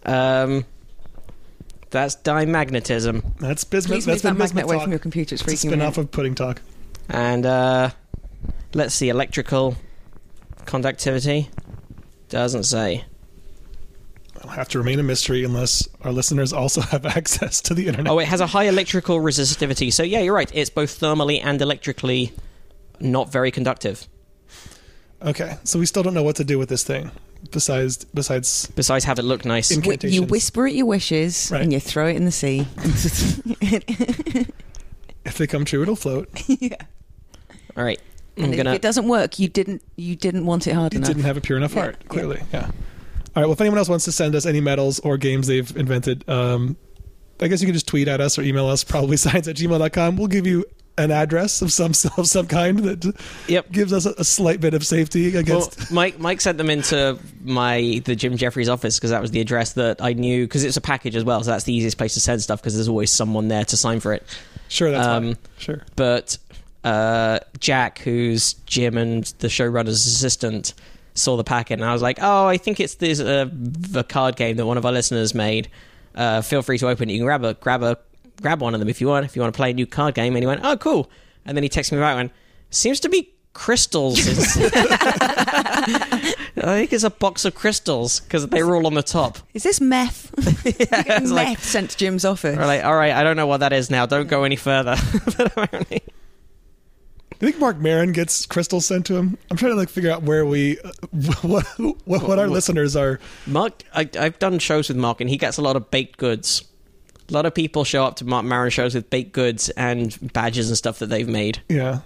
Um, that's dimagnetism,
That's bismuth.
Please
That's
move that
been
magnet
bismuth
away
talk.
from your computer. It's
It's a
freaking me
spin off
out.
of pudding talk.
and uh, let's see, electrical conductivity doesn't say.
It'll have to remain a mystery unless our listeners also have access to the internet.
Oh, it has a high electrical resistivity. So yeah, you're right. It's both thermally and electrically not very conductive.
Okay, so we still don't know what to do with this thing. Besides, besides
Besides, have it look nice.
In-
Wh- You
incantations.
whisper at your wishes
Right.
and you throw it in the sea.
if they come true, it'll float.
All right, I'm
And if
gonna.
it doesn't work, you didn't. You didn't want it hard
It
enough.
didn't have a pure enough
Yeah,
heart,
yeah.
clearly. Yeah. All right. Well, if anyone else wants to send us any medals or games they've invented, um, I guess you can just tweet at us or email us, probably science at gmail.com. We'll give you an address of some of some kind that
Yep.
gives us a, a slight bit of safety
Well,
against.
Mike Mike sent them into my the Jim Jeffries office because that was the address that I knew because it's a package as well, so that's the easiest place to send stuff because there's always someone there to sign for it.
sure, that's
um,
fine. Sure.
But uh, Jack, who's Jim and the showrunner's assistant, saw the packet and I was like, "Oh, I think it's this uh, the card game that one of our listeners made. Uh, feel free to open it. You can grab a grab a grab one of them if you want. If you want to play a new card game." And he went, "Oh, cool." And then he texted me back and seems to be crystals. in- I think it's a box of crystals because they were all on the top.
Is this meth? You're getting
it's
meth
like-
sent to Jim's office.
We're like, all right, I don't know what that is now. Don't go any further. But apparently-
Do you think Mark Marin gets crystals sent to him? I'm trying to like figure out where we, uh, what, what, what our listeners are.
Mark, I, I've done shows with Mark, and he gets a lot of baked goods. A lot of people show up to Mark Maron shows with baked goods and badges and stuff that they've made.
Yeah.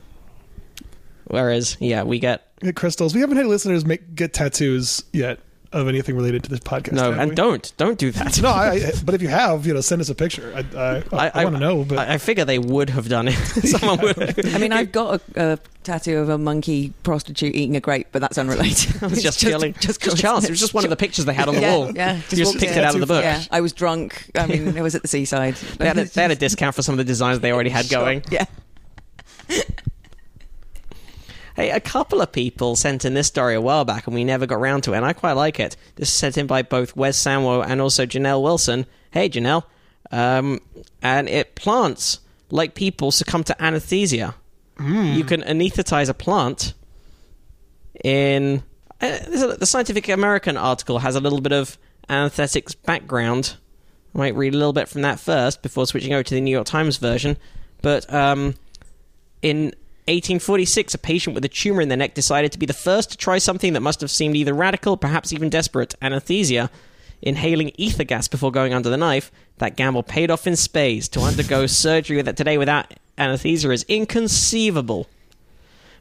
Whereas, yeah, we get
Get crystals. We haven't had listeners make get tattoos yet of anything related to this podcast.
no,
have
and
we?
don't don't do that.
No, I, I, but if you have, you know, send us a picture. I, I, I, want to know, but
I, I figure they would have done it. Someone would. Have.
I mean, I've got a, a tattoo of a monkey prostitute eating a grape, but that's unrelated.
I was
It's
just feeling just, chance. It was just one of the picures they had on the
yeah,
wall.
Yeah,
You just
walked
picked
in.
it out of the book.
Yeah, I was drunk. I mean, it was at the seaside.
They had, a, they had a discount for some of the designs they already had going.
Yeah.
Hey, a couple of people sent in this story a while back, and we never got round to it, and I quite like it. This is sent in by both Wes Samwo and also Janelle Wilson. Hey, Janelle. Um, and it plants, like people, succumb to anesthesia. You can anesthetize a plant in. Uh, there's a- the Scientific American article has a little bit of anesthetics background. I might read a little bit from that first before switching over to the New York Times version. But um, in 1846, a patient with a tumor in their neck decided to be the first to try something that must have seemed either radical, perhaps even desperate anesthesia, inhaling ether gas before going under the knife. That gamble paid off in spades. To undergo surgery that today without anesthesia is inconceivable.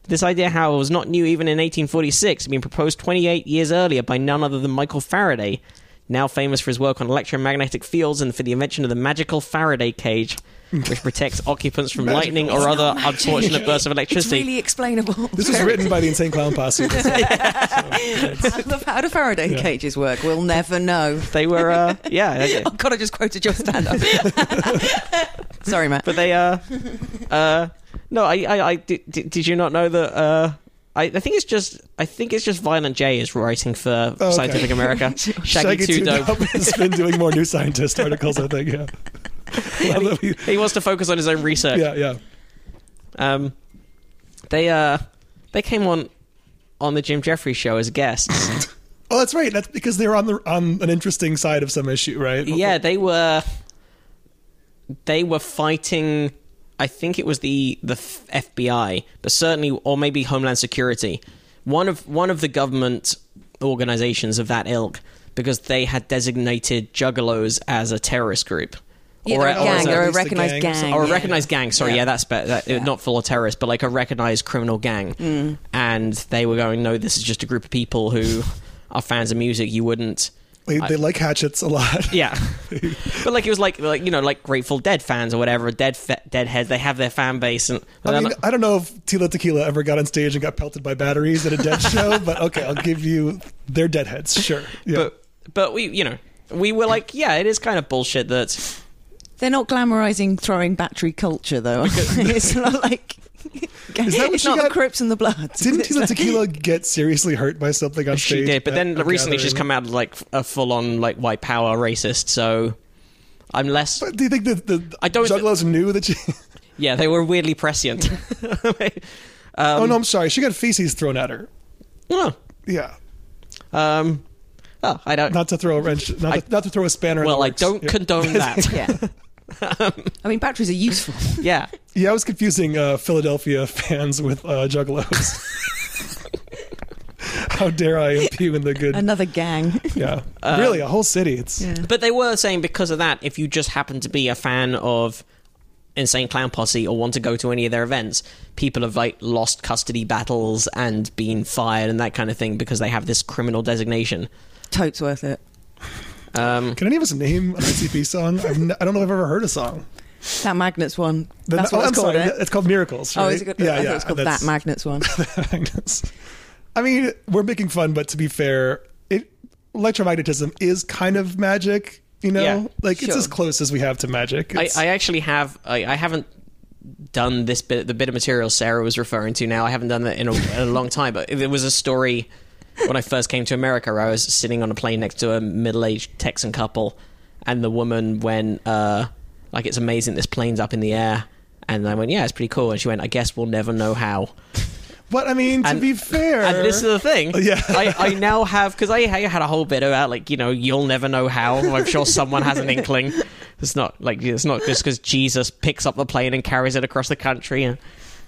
This idea, however, was not new even in 1846, being proposed 28 years earlier by none other than Michael Faraday, now famous for his work on electromagnetic fields and for the invention of the magical Faraday cage, which protects occupants from lightning or other unfortunate bursts of
It's
electricity.
really explainable.
this was written by the Insane Clown Posse.
I love how do Faraday
Yeah.
cages work? We'll never know.
They were, uh, yeah,
Oh God, I just quoted your stand-up. Sorry, Matt.
but they, uh, uh, no, I, I, I did, did did you not know that? Uh, I, I think it's just, I think it's just Violent J is writing for
Okay.
Scientific America. Shaggy,
Shaggy
Two
Two
Dope.
Dope has been doing more New Scientist articles, I think. Yeah. Well, that we-
He wants to focus on his own research.
yeah, yeah.
Um, they uh, they came on on the Jim Jeffries show as guests.
Oh, that's right. That's because they're on the on an interesting side of some issue, right?
yeah, they were they were fighting. I think it was the the f- FBI, but certainly, or maybe Homeland Security, one of one of the government organizations of that ilk, because they had designated Juggalos as a terrorist group.
Yeah,
or
they're a
as
gang,
at
they're a
least a gang
recognised
or
gang.
something.
or a
yeah.
recognized gang. Sorry, yeah,
Yeah.
that's better. That,
Yeah.
Not full of terrorist, but like a recognized criminal gang.
Mm.
And they were going, no, this is just a group of people who are fans of music. You wouldn't,
they, they like hatchets a lot.
yeah. but like it was like like you know like Grateful Dead fans or whatever, Dead fe- Deadheads. They have their fan base, and
I mean, I don't know if Tila Tequila ever got on stage and got pelted by batteries at a dead show, but okay, I'll give you their deadheads, sure. Yeah.
but but we you know we were like, yeah, it is kind of bullshit that
They're not glamorizing throwing battery culture, though. are they? it's not like
what
it's
she
not
got?
the Crips and the Bloods.
Didn't
It's
Tila
like-
Tequila get seriously hurt by something on
she
stage?
did. But
at
then
a
recently she's
gathering?
come out like a full on like white power racist. So I'm less.
But do you think that the
I don't-
Juggalos knew that she?
Yeah, they were weirdly prescient.
oh
Um,
no, I'm sorry. She got feces thrown at her.
oh,
Yeah,
um, oh, I don't.
not to throw a wrench, not, to, not to throw a spanner. in
well,
the
I
works.
don't
Yeah.
condone that.
Yeah.
Um,
I mean, batteries are useful.
yeah,
Yeah, I was confusing uh, Philadelphia fans with uh, Juggalos. How dare I impugn the good?
Another gang.
yeah,
uh,
really, a whole city. It's
but they were saying because of that, if you just happen to be a fan of Insane Clown Posse or want to go to any of their events, people have like lost custody battles and been fired and that kind of thing because they have this criminal designation.
Totes worth it.
Um,
Can any of us name an ICP song? I've n- I don't know if I've ever heard a song.
That Magnets one.
The-
That's
oh,
what
I'm
it's called,
sorry.
eh?
It's called Miracles.
Oh,
right?
is it called,
Yeah,
I thought
yeah.
it was called
that's-
That Magnets one.
Magnets. I mean, we're making fun, but to be fair, it electromagnetism is kind of magic. You know,
Yeah,
like it's
sure.
as close as we have to magic.
I,
It's,
I actually have. I, I haven't done this bit, the bit of material Sarah was referring to. Now I haven't done that in a, in a long time. But there was a story when I first came to America. Where I was sitting on a plane next to a middle-aged Texan couple, and the woman went, uh, "Like it's amazing this plane's up in the air." And I went, "Yeah, it's pretty cool." And she went, "I guess we'll never know how."
but I mean, to
And-
be fair,
And this is the thing.
Yeah.
I, I now have because I, I had a whole bit about like you know you'll never know how. I'm sure someone has an inkling. It's not like it's not just because Jesus picks up the plane and carries it across the country, and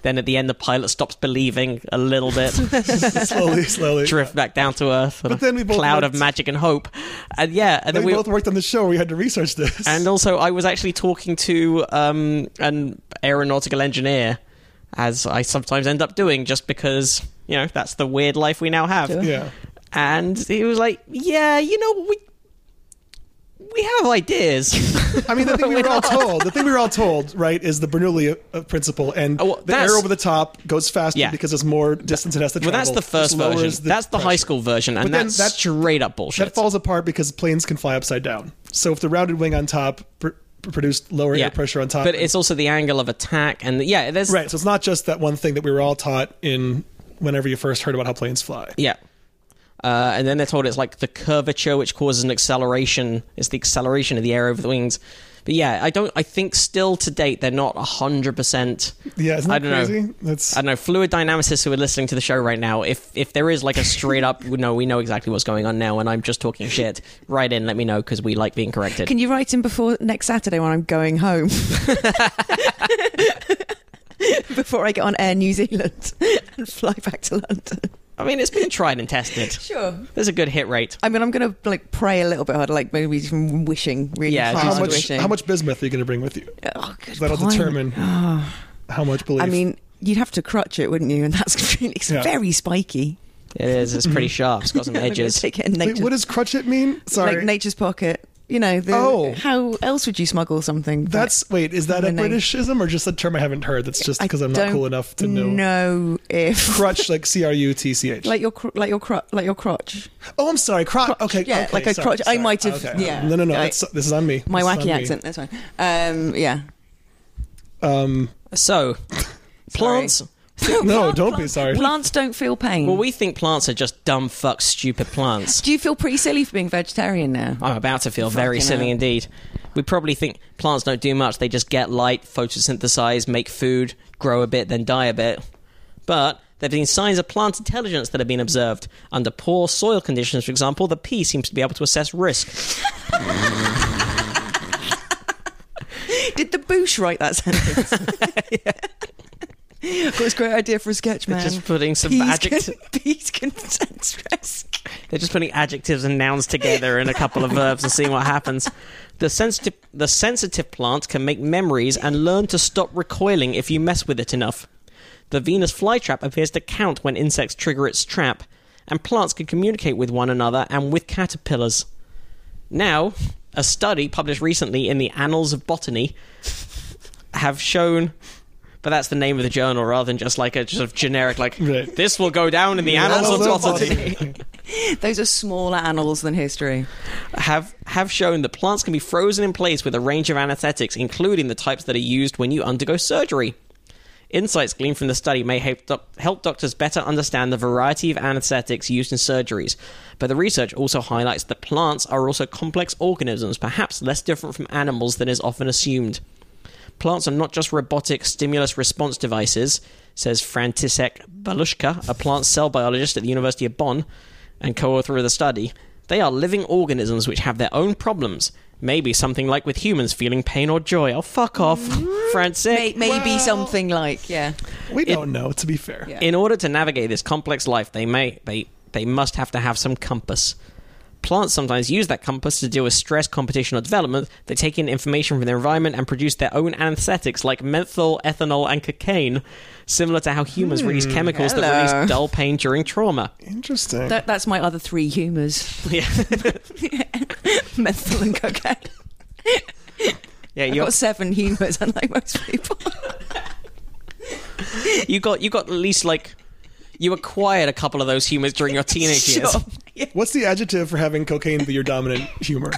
then at the end the pilot stops believing a little bit,
slowly, slowly.
drift back down to earth. But
then we both
cloud of
worked-
magic and hope, and yeah, and
Then
then
we
we.
both worked on the show. We had to research this.
and also, I was actually talking to um, an aeronautical engineer, as I sometimes end up doing, just because you know that's the weird life we now have.
Sure.
yeah,
and he was like, "Yeah, you know, we we have ideas."
I mean, the thing we were all told, the thing we were all told, right, is the Bernoulli uh, principle, and
Oh, well,
the
that's-
air over the top goes faster
Yeah.
because there's more distance it has to
well,
travel.
that's the first
It lowers
version. that's the high
pressure.
school version, and
But then
that's
that-
straight up bullshit.
That falls apart because planes can fly upside down. So if the rounded wing on top pr- pr- produced lower
Yeah.
air pressure on top,
but it's also the angle of attack, and yeah, there's
right. So it's not just that one thing that we were all taught in whenever you first heard about how planes fly.
yeah. Uh, and then they're told it's like the curvature which causes an acceleration. It's the acceleration of the air over the wings. But yeah, I don't. I think still to date they're not hundred percent.
Yeah, isn't that
I don't know.
crazy? That's
I don't know fluid dynamicists who are listening to the show right now. If if there is like a straight up, no, we know exactly what's going on now, and I'm just talking shit. Write in, let me know because we like being corrected.
Can you write in before next Saturday when I'm going home? before I get on Air New Zealand and fly back to London.
I mean, it's been tried and tested.
Sure.
There's a good hit rate.
I mean, I'm going to like pray a little bit harder, like maybe even wishing really
Yeah,
hard.
how
just
much,
wishing.
how much bismuth are you going to bring with you?
Oh, good
That'll
point.
determine
Oh.
how much belief.
I mean, you'd have to crutch it, wouldn't you? And that's really, it's
Yeah.
very spiky.
It is. It's pretty sharp. It's got some
I'm gonna
edges.
Take it in
Wait,
nature's,
what does crutchet mean? Sorry,
like nature's pocket. You know, the,
Oh.
how else would you smuggle something? that-
that's wait. Is that a
I know.
Britishism or just a term I haven't heard? That's just
I
because I'm not
don't
cool enough to know.
Know if
Crutch like C R U T C H.
like your cr- like your cr- like your crotch.
oh, I'm sorry, crotch. Okay,
yeah,
okay,
like a
sorry,
crotch. I
sorry.
might have-
Okay.
yeah.
No, no, no.
I-
that's- this is on me.
My
This is on
wacky
me.
accent. That's fine. Um, yeah.
Um,
So, plants.
no, don't be sorry.
Plants don't feel pain.
Well, we think plants are just dumb, fuck, stupid plants.
Do you feel pretty silly for being vegetarian now?
I'm about to feel very
Fucking
silly
hell.
indeed. we probably think plants don't do much. They just get light, photosynthesize, make food, grow a bit, then die a bit. But there have been signs of plant intelligence that have been observed. Under poor soil conditions, for example, the pea seems to be able to assess risk.
Did the Boosh write that sentence? I've got this great idea for a sketch, man.
just putting some
Peas
adject-
Can, peas can sense risk.
They're just putting adjectives and nouns together in a couple of verbs and seeing what happens. The sensitive, the sensitive plant can make memories and learn to stop recoiling if you mess with it enough. The Venus flytrap appears to count when insects trigger its trap, and plants can communicate with one another and with caterpillars. Now, a study published recently in the Annals of Botany have shown. But that's the name of the journal rather than just like a sort of generic, like,
Right.
this will go down in the Annals of
Annals of
Botany.
Those are smaller annals than history.
have have shown that plants can be frozen in place with a range of anesthetics, including the types that are used when you undergo surgery. Insights gleaned from the study may help, doc- help doctors better understand the variety of anesthetics used in surgeries, but the research also highlights that plants are also complex organisms, perhaps less different from animals than is often assumed. Plants are not just robotic stimulus response devices, says František Balushka, a plant cell biologist at the University of Bonn and co author of the study. They are living organisms which have their own problems. Maybe something like with humans feeling pain or joy. Oh, fuck off, Francis.
May, maybe something like, yeah.
We don't know, to be fair.
Yeah.
In order to navigate this complex life, they may they they must have to have some compass. Plants sometimes use that compass to deal with stress, competition, or development. They take in information from their environment and produce their own anesthetics like menthol, ethanol, and cocaine, similar to how humans release chemicals that
Hmm. Hello.
release dull pain during trauma.
Interesting.
That, that's my other three humours
yeah,
menthol and cocaine.
yeah,
I've
you
got
got,
seven humours, unlike most people.
you got you got at least like you acquired a couple of those humors during your teenage years.
Sure. Yeah.
What's the adjective for having cocaine be your dominant humor?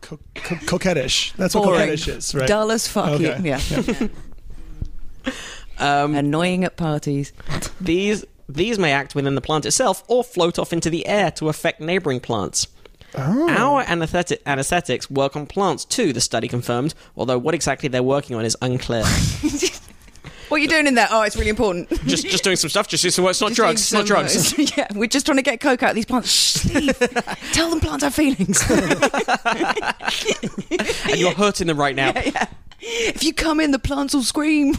Co- co- coquettish. That's what
Boring.
coquettish is, right?
Dull as fuck.
Okay.
Yeah.
Um,
Annoying at parties.
These these may act within the plant itself or float off into the air to affect neighboring plants.
Oh,
Our anesthetic, anesthetics work on plants too, the study confirmed, although what exactly they're working on is unclear.
What are you doing in there? Oh, it's really important.
just just doing some stuff, just so it's not
Just
drugs,
doing
not drugs.
some- yeah, we're just trying to get coke out of these plants. Shh, Steve, tell them plants have feelings.
and you're hurting them right now.
if you come in, the plants will scream.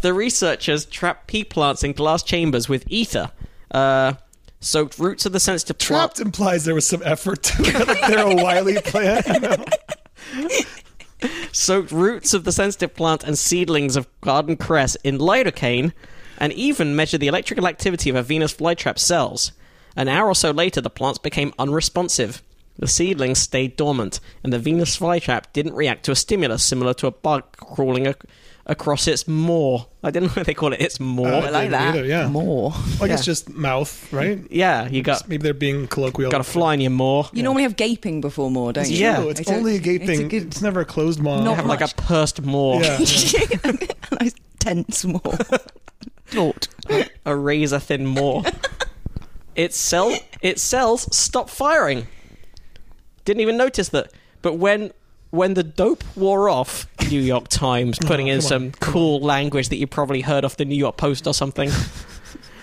The researchers trap pea plants in glass chambers with ether, uh, soaked roots of the sensitive plant.
Trapped implies there was some effort to it. Like they're a wily plant. You know?
soaked roots of the sensitive plant and seedlings of garden cress in lidocaine, and even measured the electrical activity of a Venus flytrap cells. An hour or so later, the plants became unresponsive. The seedlings stayed dormant, and the Venus flytrap didn't react to a stimulus similar to a bug crawling ac- across its maw. I didn't know what they call it. Its maw.
Uh, I
like
didn't
that.
either, yeah.
More.
Like
Yeah.
it's just mouth, right?
yeah, you got
Maybe they're being colloquial.
got a fly in your maw.
You normally have gaping before more, don't you?
Yeah.
No, it's
a-
only a gaping. It's,
It's a good,
never a closed maw.
Not
have like a
much.
pursed maw.
yeah.
nice tense more. Taut.
a razor thin maw. its cell its cells stopped firing. Didn't even notice that. But when when the dope wore off, New York Times putting
Oh,
in
come
some
on,
cool language that you probably heard off the New York Post or something.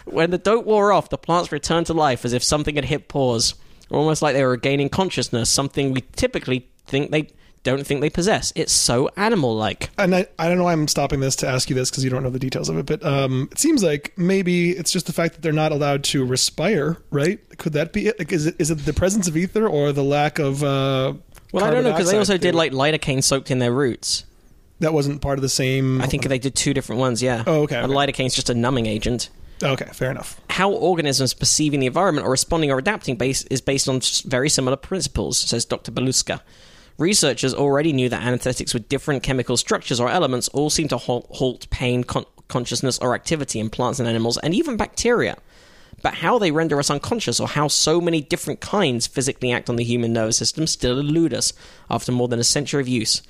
when the dope wore off, the plants returned to life as if something had hit pause, almost like they were regaining consciousness, something we typically think they don't think they possess. It's so animal like.
and I, I don't know why I'm stopping this to ask you this because you don't know the details of it, but um, it seems like maybe it's just the fact that they're not allowed to respire, right? Could that be it? Like, is it is it the presence of ether or the lack of? Uh,
Well, I don't know because
because
they also did like lidocaine soaked in their roots.
that wasn't part of the same.
I think they did two different ones, yeah.
Um, Oh, okay,
And
okay.
lidocaine's just a numbing agent.
Okay, fair enough.
How organisms perceiving the environment or responding or adapting base is based on s- very similar principles, says Dr. Beluska. Researchers already knew that anesthetics with different chemical structures or elements all seem to halt, halt pain, con- consciousness, or activity in plants and animals, and even bacteria. But how they render us unconscious or how so many different kinds physically act on the human nervous system still elude us after more than a century of use.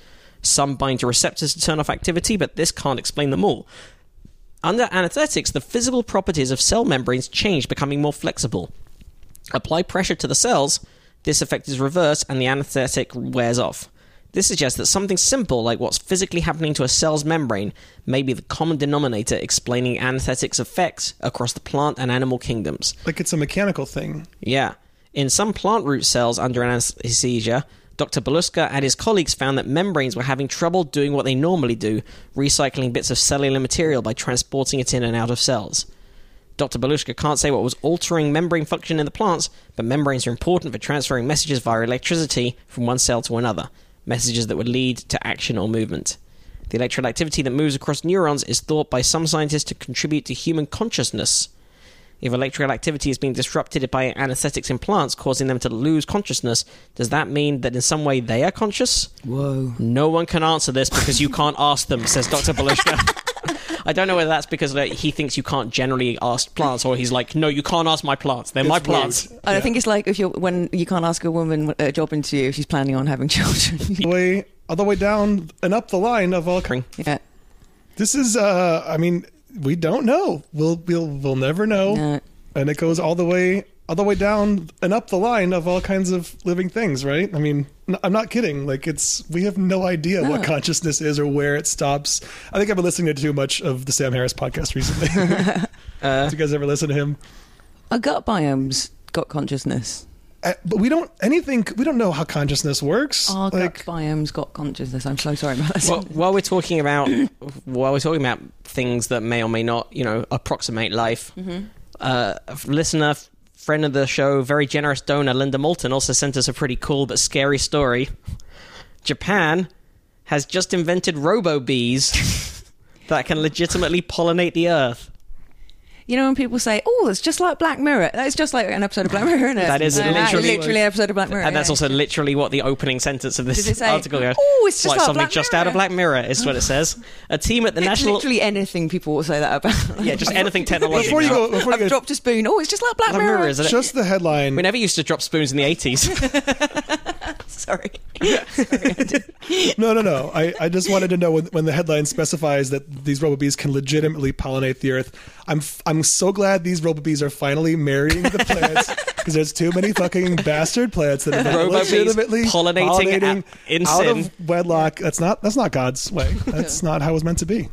Some bind to receptors to turn off activity, but this can't explain them all. Under anesthetics, the physical properties of cell membranes change, becoming more flexible. Apply pressure to the cells, This effect is reversed and the anesthetic wears off. This suggests that something simple like what's physically happening to a cell's membrane may be the common denominator explaining anesthetic's effects across the plant and animal kingdoms.
Like it's a mechanical thing.
Yeah. In some plant root cells under anesthesia, Dr. Beluska and his colleagues found that membranes were having trouble doing what they normally do, recycling bits of cellular material by transporting it in and out of cells. Dr. Beluska can't say what was altering membrane function in the plants, but membranes are important for transferring messages via electricity from one cell to another, messages that would lead to action or movement. The electrical activity that moves across neurons is thought by some scientists to contribute to human consciousness. If electrical activity is being disrupted by anesthetics in plants, causing them to lose consciousness, does that mean that in some way they are conscious?
Whoa.
No one can answer this because you can't ask them, says Dr. Belushka. I don't know whether that's because like, he thinks you can't generally ask plants, or he's like, no, you can't ask my plants. They're my
It's
plants.
rude.
I think it's like if you're when you can't ask a woman at a job interview if she's planning on having children.
Way all the way down and up the line of all.
Cring.
yeah.
This is. uh I mean, we don't know. We'll we'll we'll never know.
No.
And it goes all the way all the way down and up the line of all kinds of living things. Right. I mean, n- I'm not kidding. Like it's we have no idea what
No.
consciousness is or where it stops. I think I've been listening to too much of the Sam Harris podcast recently. Do you guys ever listen to him?
Our gut biomes got consciousness.
Uh, but we don't anything. We don't know how consciousness works.
Our
like,
gut biomes got consciousness. I'm so sorry about that.
Well, while we're talking about while we're talking about things that may or may not, you know, approximate life,
Mm-hmm.
uh, a listener, f- friend of the show, very generous donor Linda Moulton also sent us a pretty cool but scary story. Japan has just invented robo bees that can legitimately pollinate the earth.
You know when people say, "Oh, it's just like Black Mirror." That's just like an episode of Black Mirror, isn't it?
That is
Yeah,
literally-
literally an episode of Black Mirror.
And that's
yeah.
also literally what the opening sentence of
Does it
this
say,
article goes.
"Ooh, it's just
like
like
something
Black
just out of
Mirror."
Black Mirror, is what it says. A team at the
It's
national,
literally anything people will say that about.
yeah, just anything technological.
before you go, before you
I've
go,
dropped a spoon. Oh, it's just like Black,
Black
Mirror.
Mirror, isn't it?
just the headline.
We never used to drop spoons in the 80s.
Sorry.
No, no, no. I, I just wanted to know when, when the headline specifies that these robobees can legitimately pollinate the earth. I'm f- I'm so glad these robobees are finally marrying the plants because there's too many fucking bastard plants that are
Robobees
legitimately
pollinating
pollinating
a- in
out
sin.
of wedlock. That's not that's not God's way. That's not how it was meant to be.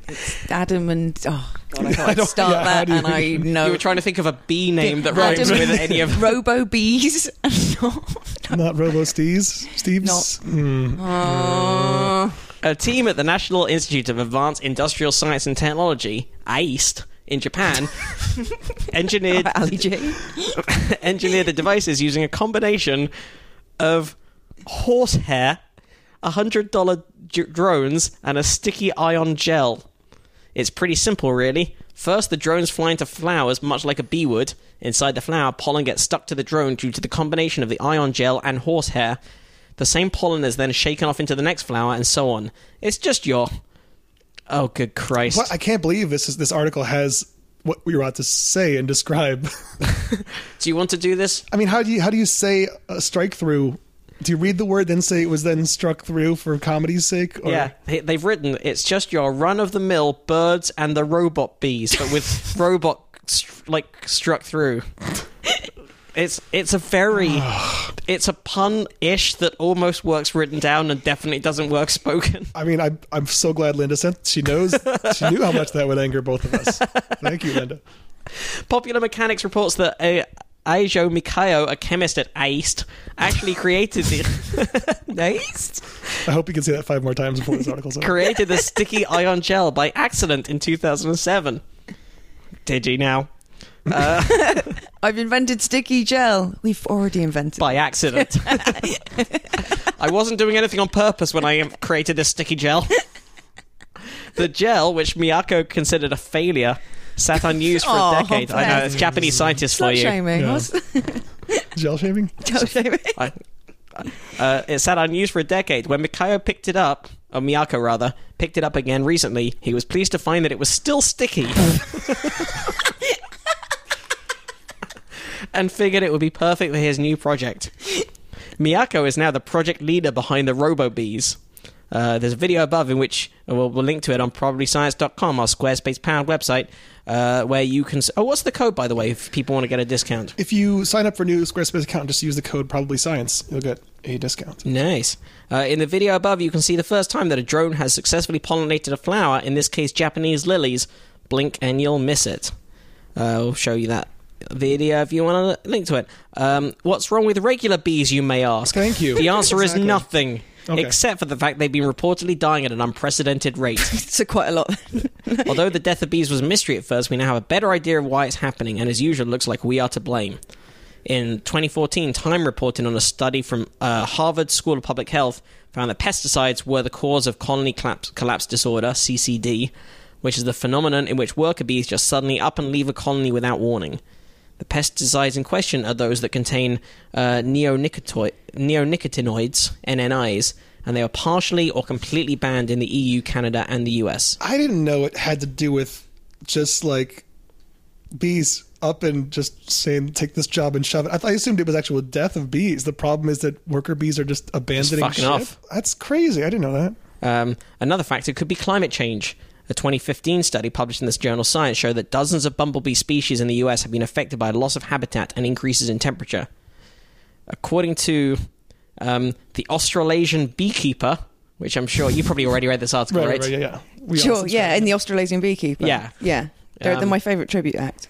Adam and oh god, I
I
can't
don't-
start
yeah, how
that.
do you-
And I know
You were trying to think of a bee name that
Adam
rhymes with
and
any of
Robo bees.
Not Robo Steves. Steves. Hmm.
Uh,
A team at the National Institute of Advanced Industrial Science and Technology, AIST, in Japan, engineered
Ali G.
engineered the devices using a combination of horsehair, hundred dollar d- drones, and a sticky ion gel. It's pretty simple, really. First, the drones fly into flowers, much like a bee would. Inside the flower, pollen gets stuck to the drone due to the combination of the ion gel and horsehair. The same pollen is then shaken off into the next flower, and so on. It's just your. Oh, good Christ.
What, I can't believe this is this article has what we were about to say and describe.
Do you want to do this?
I mean, how do you how do you say a strike through? Do you read the word then say it was then struck through for comedy's sake? Or
Oh, Yeah, they- they've written it's just your run of the mill birds and the robot bees, but with robot str- like struck through. It's it's a very it's a pun ish that almost works written down and definitely doesn't work spoken.
I mean, I'm I'm so glad Linda sent. She knows she knew how much that would anger both of us. Thank you, Linda.
Popular Mechanics reports that a Aijo Mikayo, a chemist at AIST, actually created the
Nice.
I hope you can say that five more times before this article's over.
created the sticky ion gel by accident in 2007. Did he now?
I've invented sticky gel. We've already invented.
by accident. I wasn't doing anything on purpose when I um, created this sticky gel. The gel, which Miyako considered a failure, sat unused for
Aw,
a decade. I know,
bless.
it's Japanese scientists for
Slut
you.
shaming.
Yeah.
What's-
Gel shaving.
slut shaming.
I, uh, it sat unused for a decade. When Mikayo picked it up, or Miyako rather, picked it up again recently, he was pleased to find that it was still sticky. and figured it would be perfect for his new project. Miyako is now the project leader behind the Robo Bees. Uh, there's a video above in which uh, we'll, we'll link to it on probablyscience.com, our Squarespace powered website, uh, where you can. s- Oh, what's the code, by the way, if people want to get a discount?
If you sign up for a new Squarespace account, just use the code probably science. You'll get a discount.
Nice. Uh, in the video above, you can see the first time that a drone has successfully pollinated a flower, in this case, Japanese lilies. Blink and you'll miss it. Uh, we'll show you that video if you want to link to it. Um, what's wrong with regular bees, you may ask?
Thank you.
The answer
Exactly.
is nothing,
Okay.
except for the fact they've been reportedly dying at an unprecedented rate.
So quite a lot.
Although the death of bees was a mystery at first, we now have a better idea of why it's happening, and as usual, it looks like we are to blame. In 2014, Time reported on a study from uh, Harvard School of Public Health found that pesticides were the cause of colony collapse, collapse disorder (CCD), which is the phenomenon in which worker bees just suddenly up and leave a colony without warning. The pesticides in question are those that contain uh, neonicotoi- neonicotinoids (NNIs), and they are partially or completely banned in the EU, Canada, and the US.
I didn't know it had to do with just like bees up and just saying take this job and shove it. I, thought, I assumed it was actual death of bees. The problem is that worker bees are just abandoning
fucking
ship.
off.
That's crazy. I didn't know that.
Um, another factor could be climate change. A 2015 study published in this journal Science showed that dozens of bumblebee species in the US have been affected by loss of habitat and increases in temperature. According to um, the Australasian beekeeper, which I'm sure you probably already read this article,
Right,
right?
right, right, yeah, yeah. We all
sure,
subscribe
yeah,
to
in
that.
the Australasian Beekeeper.
Yeah.
Yeah. They're, they're
Um,
my favourite tribute act.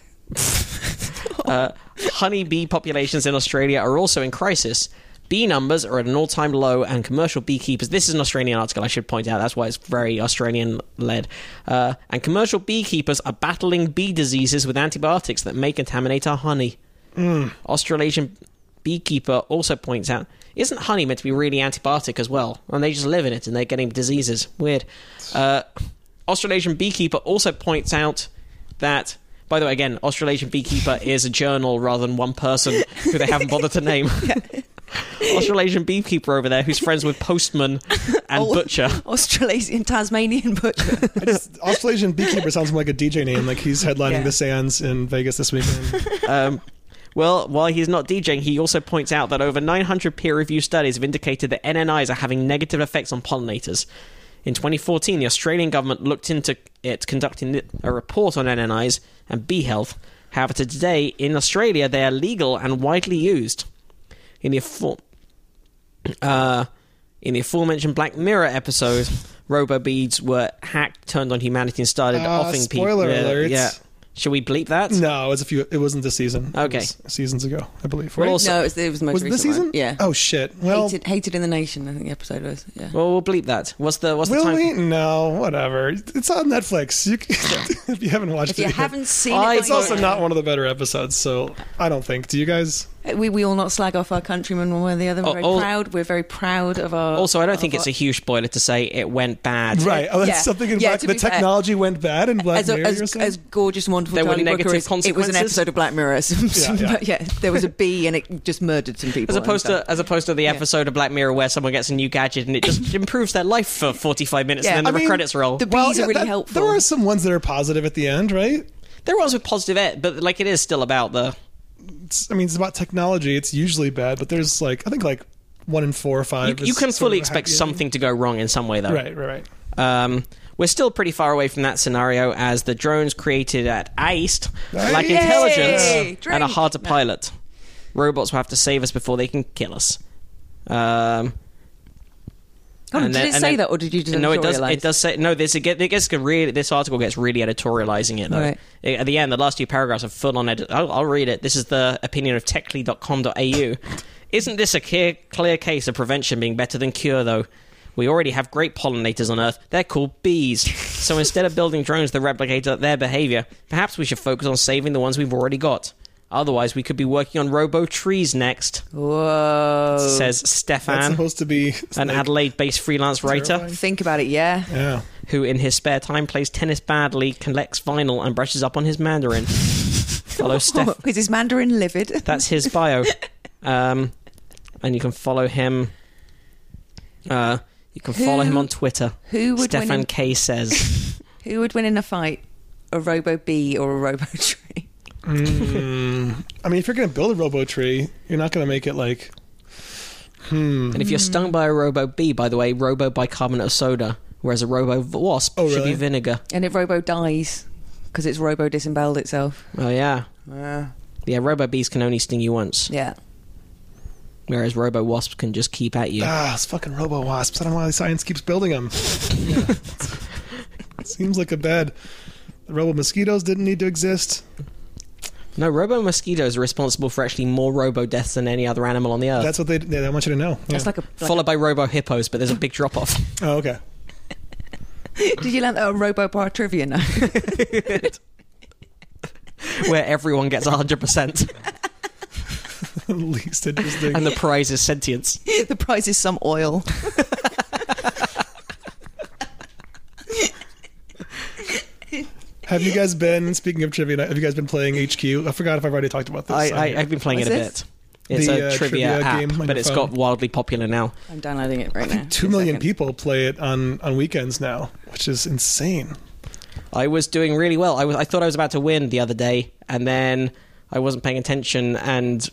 uh, honeybee populations in Australia are also in crisis. Bee numbers are at an all-time low, and commercial beekeepers. This is an Australian article, I should point out. That's why it's very Australian-led. Uh, and commercial beekeepers are battling bee diseases with antibiotics that may contaminate our honey. Australasian beekeeper also points out, isn't honey meant to be really antibiotic as well? And they just live in it and they're getting diseases. Weird. Uh, Australasian beekeeper also points out that, by the way, again, Australasian beekeeper is a journal rather than one person who they haven't bothered to name. Australasian beekeeper over there who's friends with postman and
Oh.
butcher.
Australasian Tasmanian butcher.
I just, Australasian beekeeper sounds more like a DJ name. Like he's headlining
Yeah.
the Sands in Vegas this weekend.
Um, well, while he's not DJing, he also points out that over 900 peer reviewed studies have indicated that NNIs are having negative effects on pollinators. In 2014, the Australian government looked into it, conducting a report on NNIs and bee health. However, to today, in Australia, they are legal and widely used. In the afore- uh, in the aforementioned Black Mirror episode, robo beads were hacked, turned on humanity, and started
Ah,
offing people.
spoiler
yeah,
alerts.
Yeah. Should we bleep that?
no, it was a few. It wasn't this season. It
Okay.
was seasons ago, I believe.
We're
Right?
all Also-
no, it was, it was the most
was it
recent
this season?
one. Yeah.
Oh shit. Well,
hated, hated in the Nation, I think the episode was. Yeah.
Well, we'll bleep that. What's the what's the
Will
time?
we? No, whatever. It's on Netflix. You can, if you haven't watched
If you
it, yet.
haven't seen
I-
it,
It's also not one of the better episodes, so I don't think. Do you guys?
We, we all not slag off our countrymen one way or the other. We're
Oh,
very
all-
proud. We're very proud of our.
Also, I don't
of
think it's a
our-
huge spoiler to say it went bad.
Uh-huh. Right. Oh, that's
Yeah.
something in
Yeah,
Black.
to
The
be fair.
technology went bad in Black
As, a-
Mirror.
as-
or something?
as gorgeous, and wonderful
There were
Charlie Brooker
negative
is, it was
consequences?
an episode of Black Mirror.
Yeah, yeah.
But yeah, there was a bee and it just murdered some people.
As opposed
and
to as opposed to the episode of Black Mirror where someone gets a new gadget and it just improves their life for forty five minutes
Yeah.
and then the
I mean,
credits roll.
the bees
well,
are
yeah,
really
that-
helpful.
There are some ones that are positive at the end, right?
there was with positive ed, but like it is still about the
It's, I mean, it's about technology. It's usually bad, but there's like I think like one in four or five.
you, you
is
can
sort
fully
of a
expect
happy
something to go wrong in some way though.
ending. Right. Right. Right.
Um, we're still pretty far away from that scenario as the drones created at AIST lack
Yay!
intelligence and are
Drink!
hard to pilot. Robots will have to save us before they can kill us. Um,
God,
and
Oh, did
then-
it
and
say
then-
that, or did you just
no, it does.
editorialise?
It does say no. This it get- it gets really. This article gets really editorializing it though.
Right.
It- At the end, the last two paragraphs are full on edit. I'll, I'll read it. This is the opinion of techly.com.au. Isn't this a clear, clear case of prevention being better than cure though? We already have great pollinators on Earth. They're called bees. So instead of building drones that replicate their behavior, perhaps we should focus on saving the ones we've already got. Otherwise, we could be working on robo trees next,
Whoa!
says
That's
Stefan,
supposed to be
an
like,
Adelaide based freelance writer
terrifying.
Think about it. Yeah.
Yeah.
who in his spare time plays tennis badly, collects vinyl, and brushes up on his Mandarin. follow Steph.
Is his Mandarin livid?
That's his bio. Um, and you can follow him. Uh, you can follow him
Who
on Twitter.
Who would win?
Stefan
In,
K says.
who would win in a fight? A robo bee or a robo tree?
Mm. I mean, if you're going to build a robo tree, you're not going to make it like
And if you're stung by a robo bee, by the way, robo bicarbonate of soda, whereas a robo wasp
Oh,
should
really?
be vinegar.
And if Robo dies because it's Robo disemboweled itself.
Oh yeah, yeah. Robo bees can only sting you once,
yeah.
whereas robo wasps can just keep at you.
Ah, it's fucking robo wasps. I don't know why science keeps building them. Seems like a bad. The robo mosquitoes didn't need to exist.
No, robo mosquitoes are responsible for actually more robo deaths than any other animal on the earth.
That's what they. They want you to know. Yeah.
That's like a. Like
Followed by robo hippos, but there's a big drop off.
oh, okay.
did you learn that on Robo Bar Trivia? No.
where everyone gets 100%
At least interesting.
and the prize is sentience.
the prize is some oil.
have you guys been speaking of trivia? night, Have you guys been playing HQ? I forgot if I've already talked about this.
I,
on
I,
here.
I've been playing it
What's
a
this?
bit. It's
The,
a
uh,
trivia,
trivia
app,
game
but
on your
it's
phone.
got wildly popular now.
I'm downloading it right now.
Two
Just a
million
second.
people play it on on weekends now, which is insane.
I was doing really well. I, was, I thought I was about to win the other day, and then I wasn't paying attention and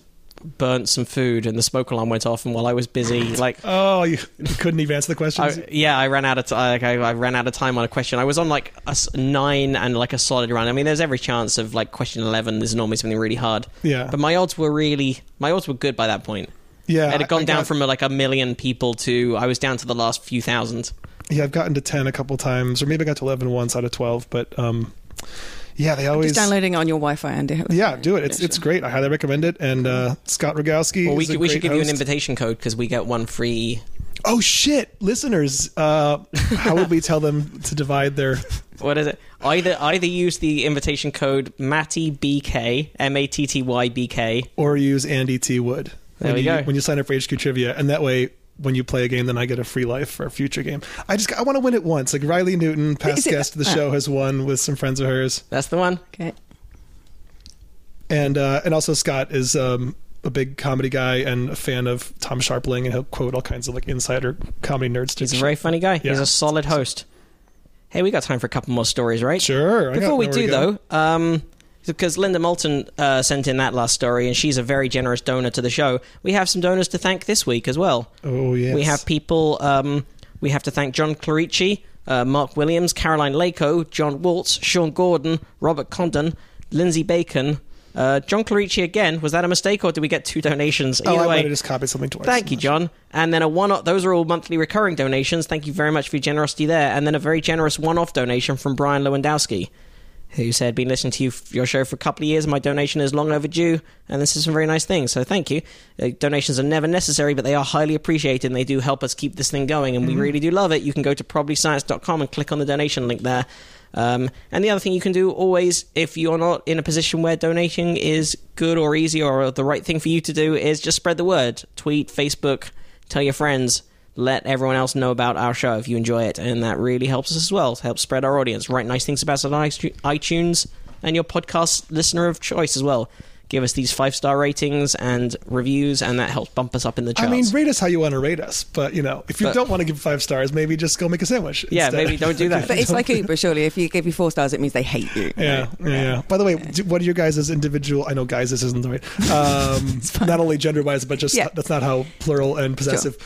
burnt some food, and the smoke alarm went off. And while I was busy, like
Oh, you, you couldn't even answer the questions.
I, yeah, I ran out of t- like, I, I ran out of time on a question. I was on like a s- nine and like a solid run. I mean, there's every chance of like question eleven. There's normally something really hard.
Yeah.
but my odds were really my odds were good by that point.
yeah,
it had gone
I
down
got-
from like a million people to I was down to the last few thousand.
Yeah, I've gotten to ten a couple times, or maybe I got to eleven once out of twelve. But um, yeah, they always
Just downloading it on your Wi-Fi, Andy.
Yeah, do it. It's
Sure.
it's great. I highly recommend it. And uh, Scott Rogowski.
Well, we,
is a
could- we should
great
give you an
host.
invitation code because we get one free.
Oh shit, listeners! Uh, how would we tell them to divide their?
What is it? Either either use the invitation code Matty BK M A T T Y B K.
Or use Andy E T Wood.
There
when
we
you,
go.
When you sign up for HQ trivia, and that way. When you play a game, then I get a free life for a future game. I just I want to win it once. Like Riley Newton, past
Is it-
guest of the
ah.
show, has won with some friends of hers,
That's the one.
Okay.
and uh, and also Scott is um, a big comedy guy and a fan of Tom Sharpling, and he'll quote all kinds of like insider comedy nerds.
He's a very funny guy. He's
Yeah.
a solid host. Hey, we got time for a couple more stories, right?
sure. I got
Before we
nowhere to
do,
go.
though, um, because Linda Moulton uh, sent in that last story, and she's a very generous donor to the show, we have some donors to thank this week as well.
oh yes,
We have people. Um, we have to thank John Clarici, uh, Mark Williams, Caroline Lako, John Waltz, Sean Gordon, Robert Condon, Lindsay Bacon. Uh, John Clarici again. Was that a mistake, or did we get two donations? Either
oh, I
way,
might have just copied something twice.
Thank you, John. And then a one off, those are all monthly recurring donations. Thank you very much for your generosity there. And then a very generous one off donation from Brian Lewandowski, who said, Been listening to you, your show for a couple of years. My donation is long overdue, and this is some very nice things. So thank you. Uh, donations are never necessary, but they are highly appreciated, and they do help us keep this thing going. And we really do love it. You can go to probablyscience.com and click on the donation link there. Um, and the other thing you can do always, if you're not in a position where donating is good or easy or the right thing for you to do, is just spread the word. Tweet, Facebook, tell your friends, let everyone else know about our show if you enjoy it. And that really helps us as well. It helps spread our audience. Write nice things about us on iTunes and your podcast listener of choice as well. Give us these five star ratings and reviews, and that helps bump us up in the
I
charts.
mean, rate us how you want to rate us, but you know, if you
But-
don't want to give five stars, maybe just go make a sandwich.
yeah,
instead.
maybe don't do that.
But it's like Uber, surely. If you give you four stars, it means they hate you.
Yeah, yeah, yeah. By the way, do- what are your guys' individual? I know, guys, this isn't the right. Um, not only gender wise, but just
Yeah.
that's not how plural and possessive.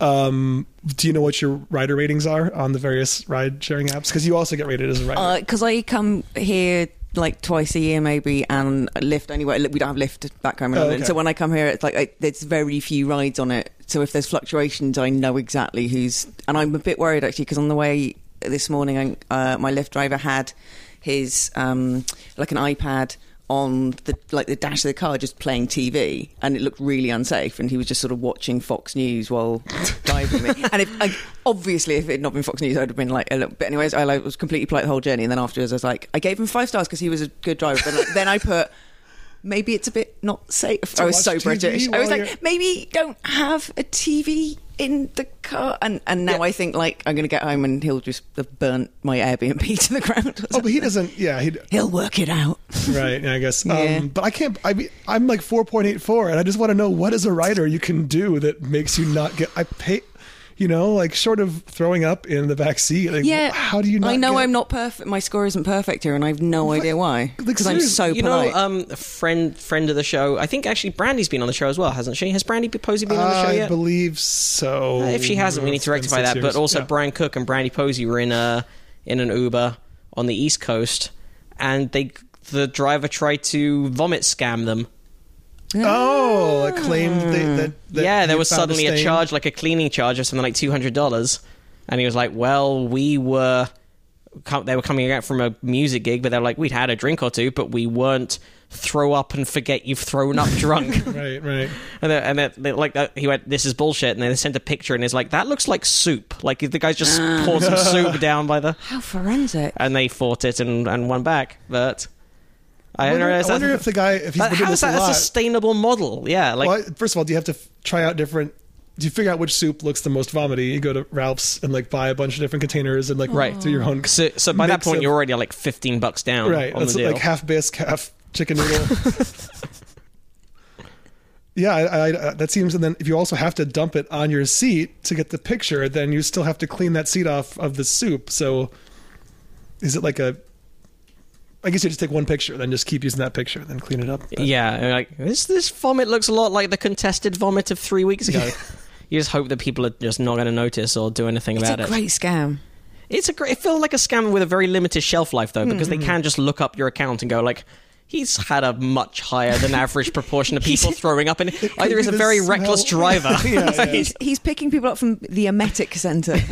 Um, do you know what your rider ratings are on the various ride sharing apps? Because you also get rated as a rider.
Because Uh, I come here like twice a year, maybe, and Lyft only. We don't have Lyft back home in
Oh,
London,
okay.
so when I come here, it's like I, there's very few rides on it. So if there's fluctuations, I know exactly who's. And I'm a bit worried actually because on the way this morning, I, uh, my Lyft driver had his um, like an iPad on the like the dash of the car just playing TV and it looked really unsafe and he was just sort of watching Fox News while driving me and if, I, obviously if it had not been Fox News I'd have been like a little but anyways I like, was completely polite the whole journey and then afterwards I was like I gave him five stars because he was a good driver but then, then I put maybe it's a bit not safe I was
watch
so
TV
British I was
while
like
you're-
maybe don't have a TV in the car and and now I think like I'm gonna get home and he'll just have burnt my Airbnb to the ground
oh, but he doesn't. Yeah, he
he'll work it out
right. yeah, I guess.
Yeah.
Um, but I can't. I mean, I'm like 4.84, and I just want to know what as a writer you can do that makes you not get. I pay. You know, like short of throwing up in the back seat. Like,
Yeah.
How do you? Not
I know
get-
I'm not perfect. My score isn't perfect here, and I have no idea why. Because I'm
seriously,
so
you know,
polite.
um, a friend friend of the show. I think actually Brandy's been on the show as well, hasn't she? Has Brandy Posey been on the show
I
yet?
believe so.
Uh, if she hasn't, we need
It's
to
been
rectify
six
that.
years.
But also,
Yeah.
Brian Cook and Brandy Posey were in a in an Uber on the East Coast, and they the driver tried to vomit scam them.
Oh, it claimed they, that, that
yeah, there
you
was
found
suddenly a
stain.
charge, like a cleaning charge of something like two hundred dollars, and he was like, "Well, we were." com- They were coming out from a music gig, but they were like, "We'd had a drink or two, but we weren't throw up and forget you've thrown up drunk."
Right, right.
And, then, and then, they- like uh, he went, "This is bullshit." And then they sent a picture, and it's like, "That looks like soup." Like the guys just
Ah.
poured some soup down by the,
How forensic.
and they fought it and, and won back. But I,
I wonder,
don't
I
know.
wonder if the guy, if he's
that,
been doing
how is
this a
that a
lot.
sustainable model? Yeah, like
well, first of all, do you have to f- try out different? Do you figure out which soup looks the most vomity? You go to Ralph's and like buy a bunch of different containers and like
Right.
do your own.
so. So by that
mix
point,
of-
you're already like fifteen bucks down
right,
on
that's
the deal.
like half bisque, half chicken noodle. yeah, I, I, I, that seems. And then if you also have to dump it on your seat to get the picture, then you still have to clean that seat off of the soup. So, is it like a? I guess you just take one picture, then just keep using that picture, then clean it up. But-
yeah, and like this this vomit looks a lot like the contested vomit of three weeks ago. You just hope that people are just not going to notice or do anything
It's
about
a
it.
great scam.
It's a great. It feels like a scam with a very limited shelf life, though, because
Hmm.
they can just look up your account and go like, "He's had a much higher than average proportion of people throwing up, and either
be
he's a
the
very
smell.
reckless driver,
Yeah, yeah.
He's, he's picking people up from the emetic centre.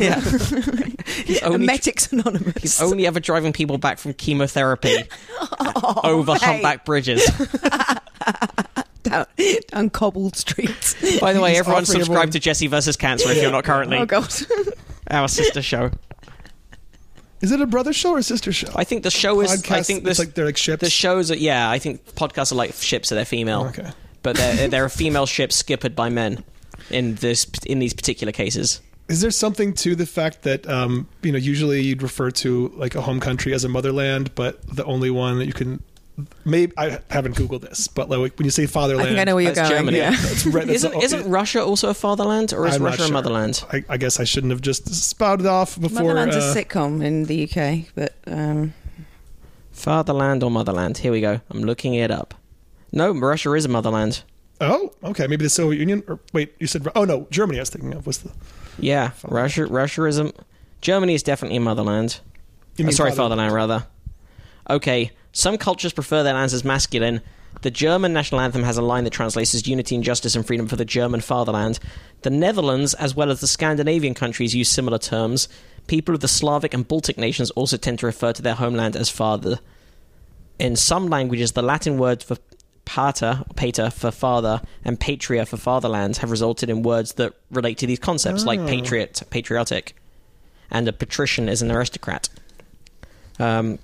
Yeah. only-
Emetics Anonymous.
he's only ever driving people back from chemotherapy
Oh,
over
mate.
humpback bridges."
down, down cobbled streets.
By the way,
He's
everyone
offering
subscribe
everyone-
to Jesse versus Cancer if you're not currently
oh god.
our sister show.
Is it a brother show or a sister show?
I think the show is. I
Podcast,
think
it's
this.
like they're like ships.
the shows are yeah. I think podcasts are like ships, so they're female.
okay.
but they're, they're a female ship skippered by men in this in these particular cases.
Is there something to the fact that um, you know usually you'd refer to like a home country as a motherland, but the only one that you can maybe I haven't googled this, but like when you say
I
fatherland,
think I know where you're
That's
going.
Germany.
Yeah.
that's right. that's
Isn't
the-
isn't Russia also a fatherland, or is
I'm not
Russia a
sure.
motherland?
I, I guess I shouldn't have just spouted off before.
Motherland's
uh,
a sitcom in the UK, but um,
Fatherland or motherland? Here we go. I'm looking it up. No, Russia is a motherland.
oh, okay, maybe the Soviet Union. Or wait, you said oh no, Germany. I was thinking of was the
Yeah, Russia. Russia is a. Germany is definitely a motherland.
You mean
Uh, sorry,
fatherland.
fatherland rather. Okay, some cultures prefer their lands as masculine. The German national anthem has a line that translates as unity and justice and freedom for the German fatherland. The Netherlands, as well as the Scandinavian countries, use similar terms. People of the Slavic and Baltic nations also tend to refer to their homeland as father. In some languages, the Latin word for pater, pater for father, and patria for fatherland have resulted in words that relate to these concepts, like patriot, patriotic, and a patrician is an aristocrat. Um,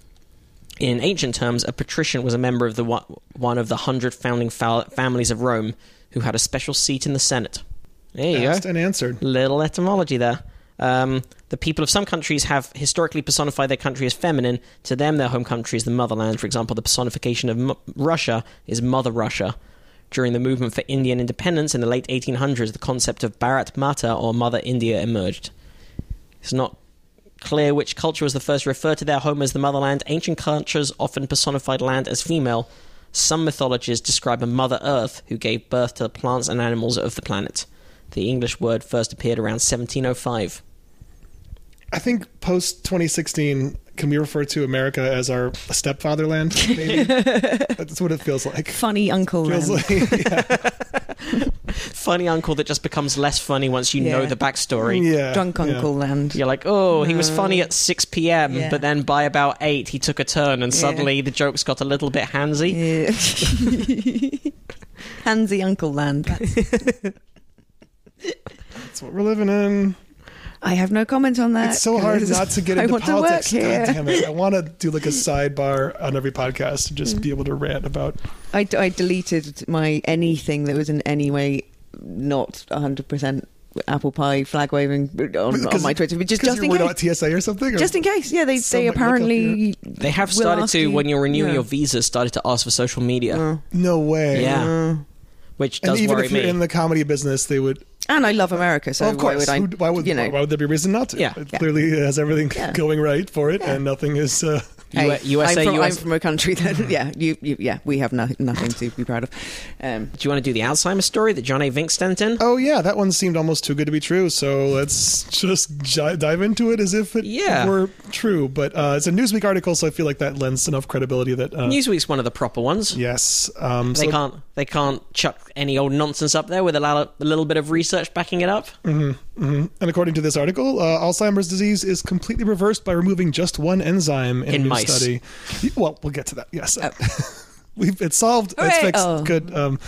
in ancient terms, a patrician was a member of the one, one of the hundred founding fa- families of Rome who had a special seat in the Senate. There you
Asked
go.
and answered.
Little etymology there. Um, the people of some countries have historically personified their country as feminine. To them, their home country is the motherland. For example, the personification of M- Russia is Mother Russia. During the movement for Indian independence in the late 1800s, the concept of Bharat Mata or Mother India emerged. It's not clear which culture was the first to refer to their home as the motherland. Ancient cultures often personified land as female. Some mythologies describe a Mother Earth who gave birth to the plants and animals of the planet. The English word first appeared around 1705.
I think post 2016, can we refer to America as our stepfatherland? Maybe that's what it feels like.
funny Uncle
Feels
Len.
like yeah,
Funny uncle that just becomes less funny once you
Yeah.
know the backstory.
yeah,
Drunk
yeah.
Uncle Land.
You're like, oh, he was funny at 6 p.m.,
Yeah.
but then by about 8, he took a turn, and
Yeah.
suddenly the jokes got a little bit handsy.
Yeah. Handsy Uncle Land. That's-
That's what we're living in.
I have no comment on that.
It's so hard
'cause
not to get
I
into
want
politics.
To work here.
God damn it. I want to do like a sidebar on every podcast and
Mm.
just be able to rant about.
I, I deleted my anything that was in any way not 100% apple pie flag waving uh, on, on
Because-
my Twitter, but just,
Because
just
you
in
were
case.
not TSA or something? Or,
just in case, yeah, they,
Someone
they
look up
apparently
They have
will
started
ask
to,
you-
when you're renewing
yeah. Oh.
your visa, started to ask for social media.
no way.
Yeah. Which
And
does
even
worry
if you're
me.
in the comedy business, they would
And I love America, so
Well, of course.
why would I?
Who- why, would,
you know?
why would there be a reason not to?
Yeah.
It
Yeah.
clearly has everything
Yeah.
going right for it, and nothing is. Uh,
Hey,
U- USA,
I'm from,
US.
I'm from a country that, yeah, you, you, yeah, we have no, nothing to be proud of. Um,
Do you want to do the Alzheimer's story that John A. Vink sent in?
oh yeah, that one seemed almost too good to be true. So let's just j- dive into it as if it
Yeah.
were true. But uh, it's a Newsweek article, so I feel like that lends enough credibility that. Uh,
Newsweek's one of the proper ones.
yes. Um,
They
so-
can't. They can't chuck any old nonsense up there with a lot- a little bit of research backing it up.
Mm. And according to this article, uh, Alzheimer's disease is completely reversed by removing just one enzyme in,
In
a new
mice. Uh,
study. Well, we'll get to that. Yes, we've it's solved. It's
Hooray.
fixed.
Oh.
Good. Um,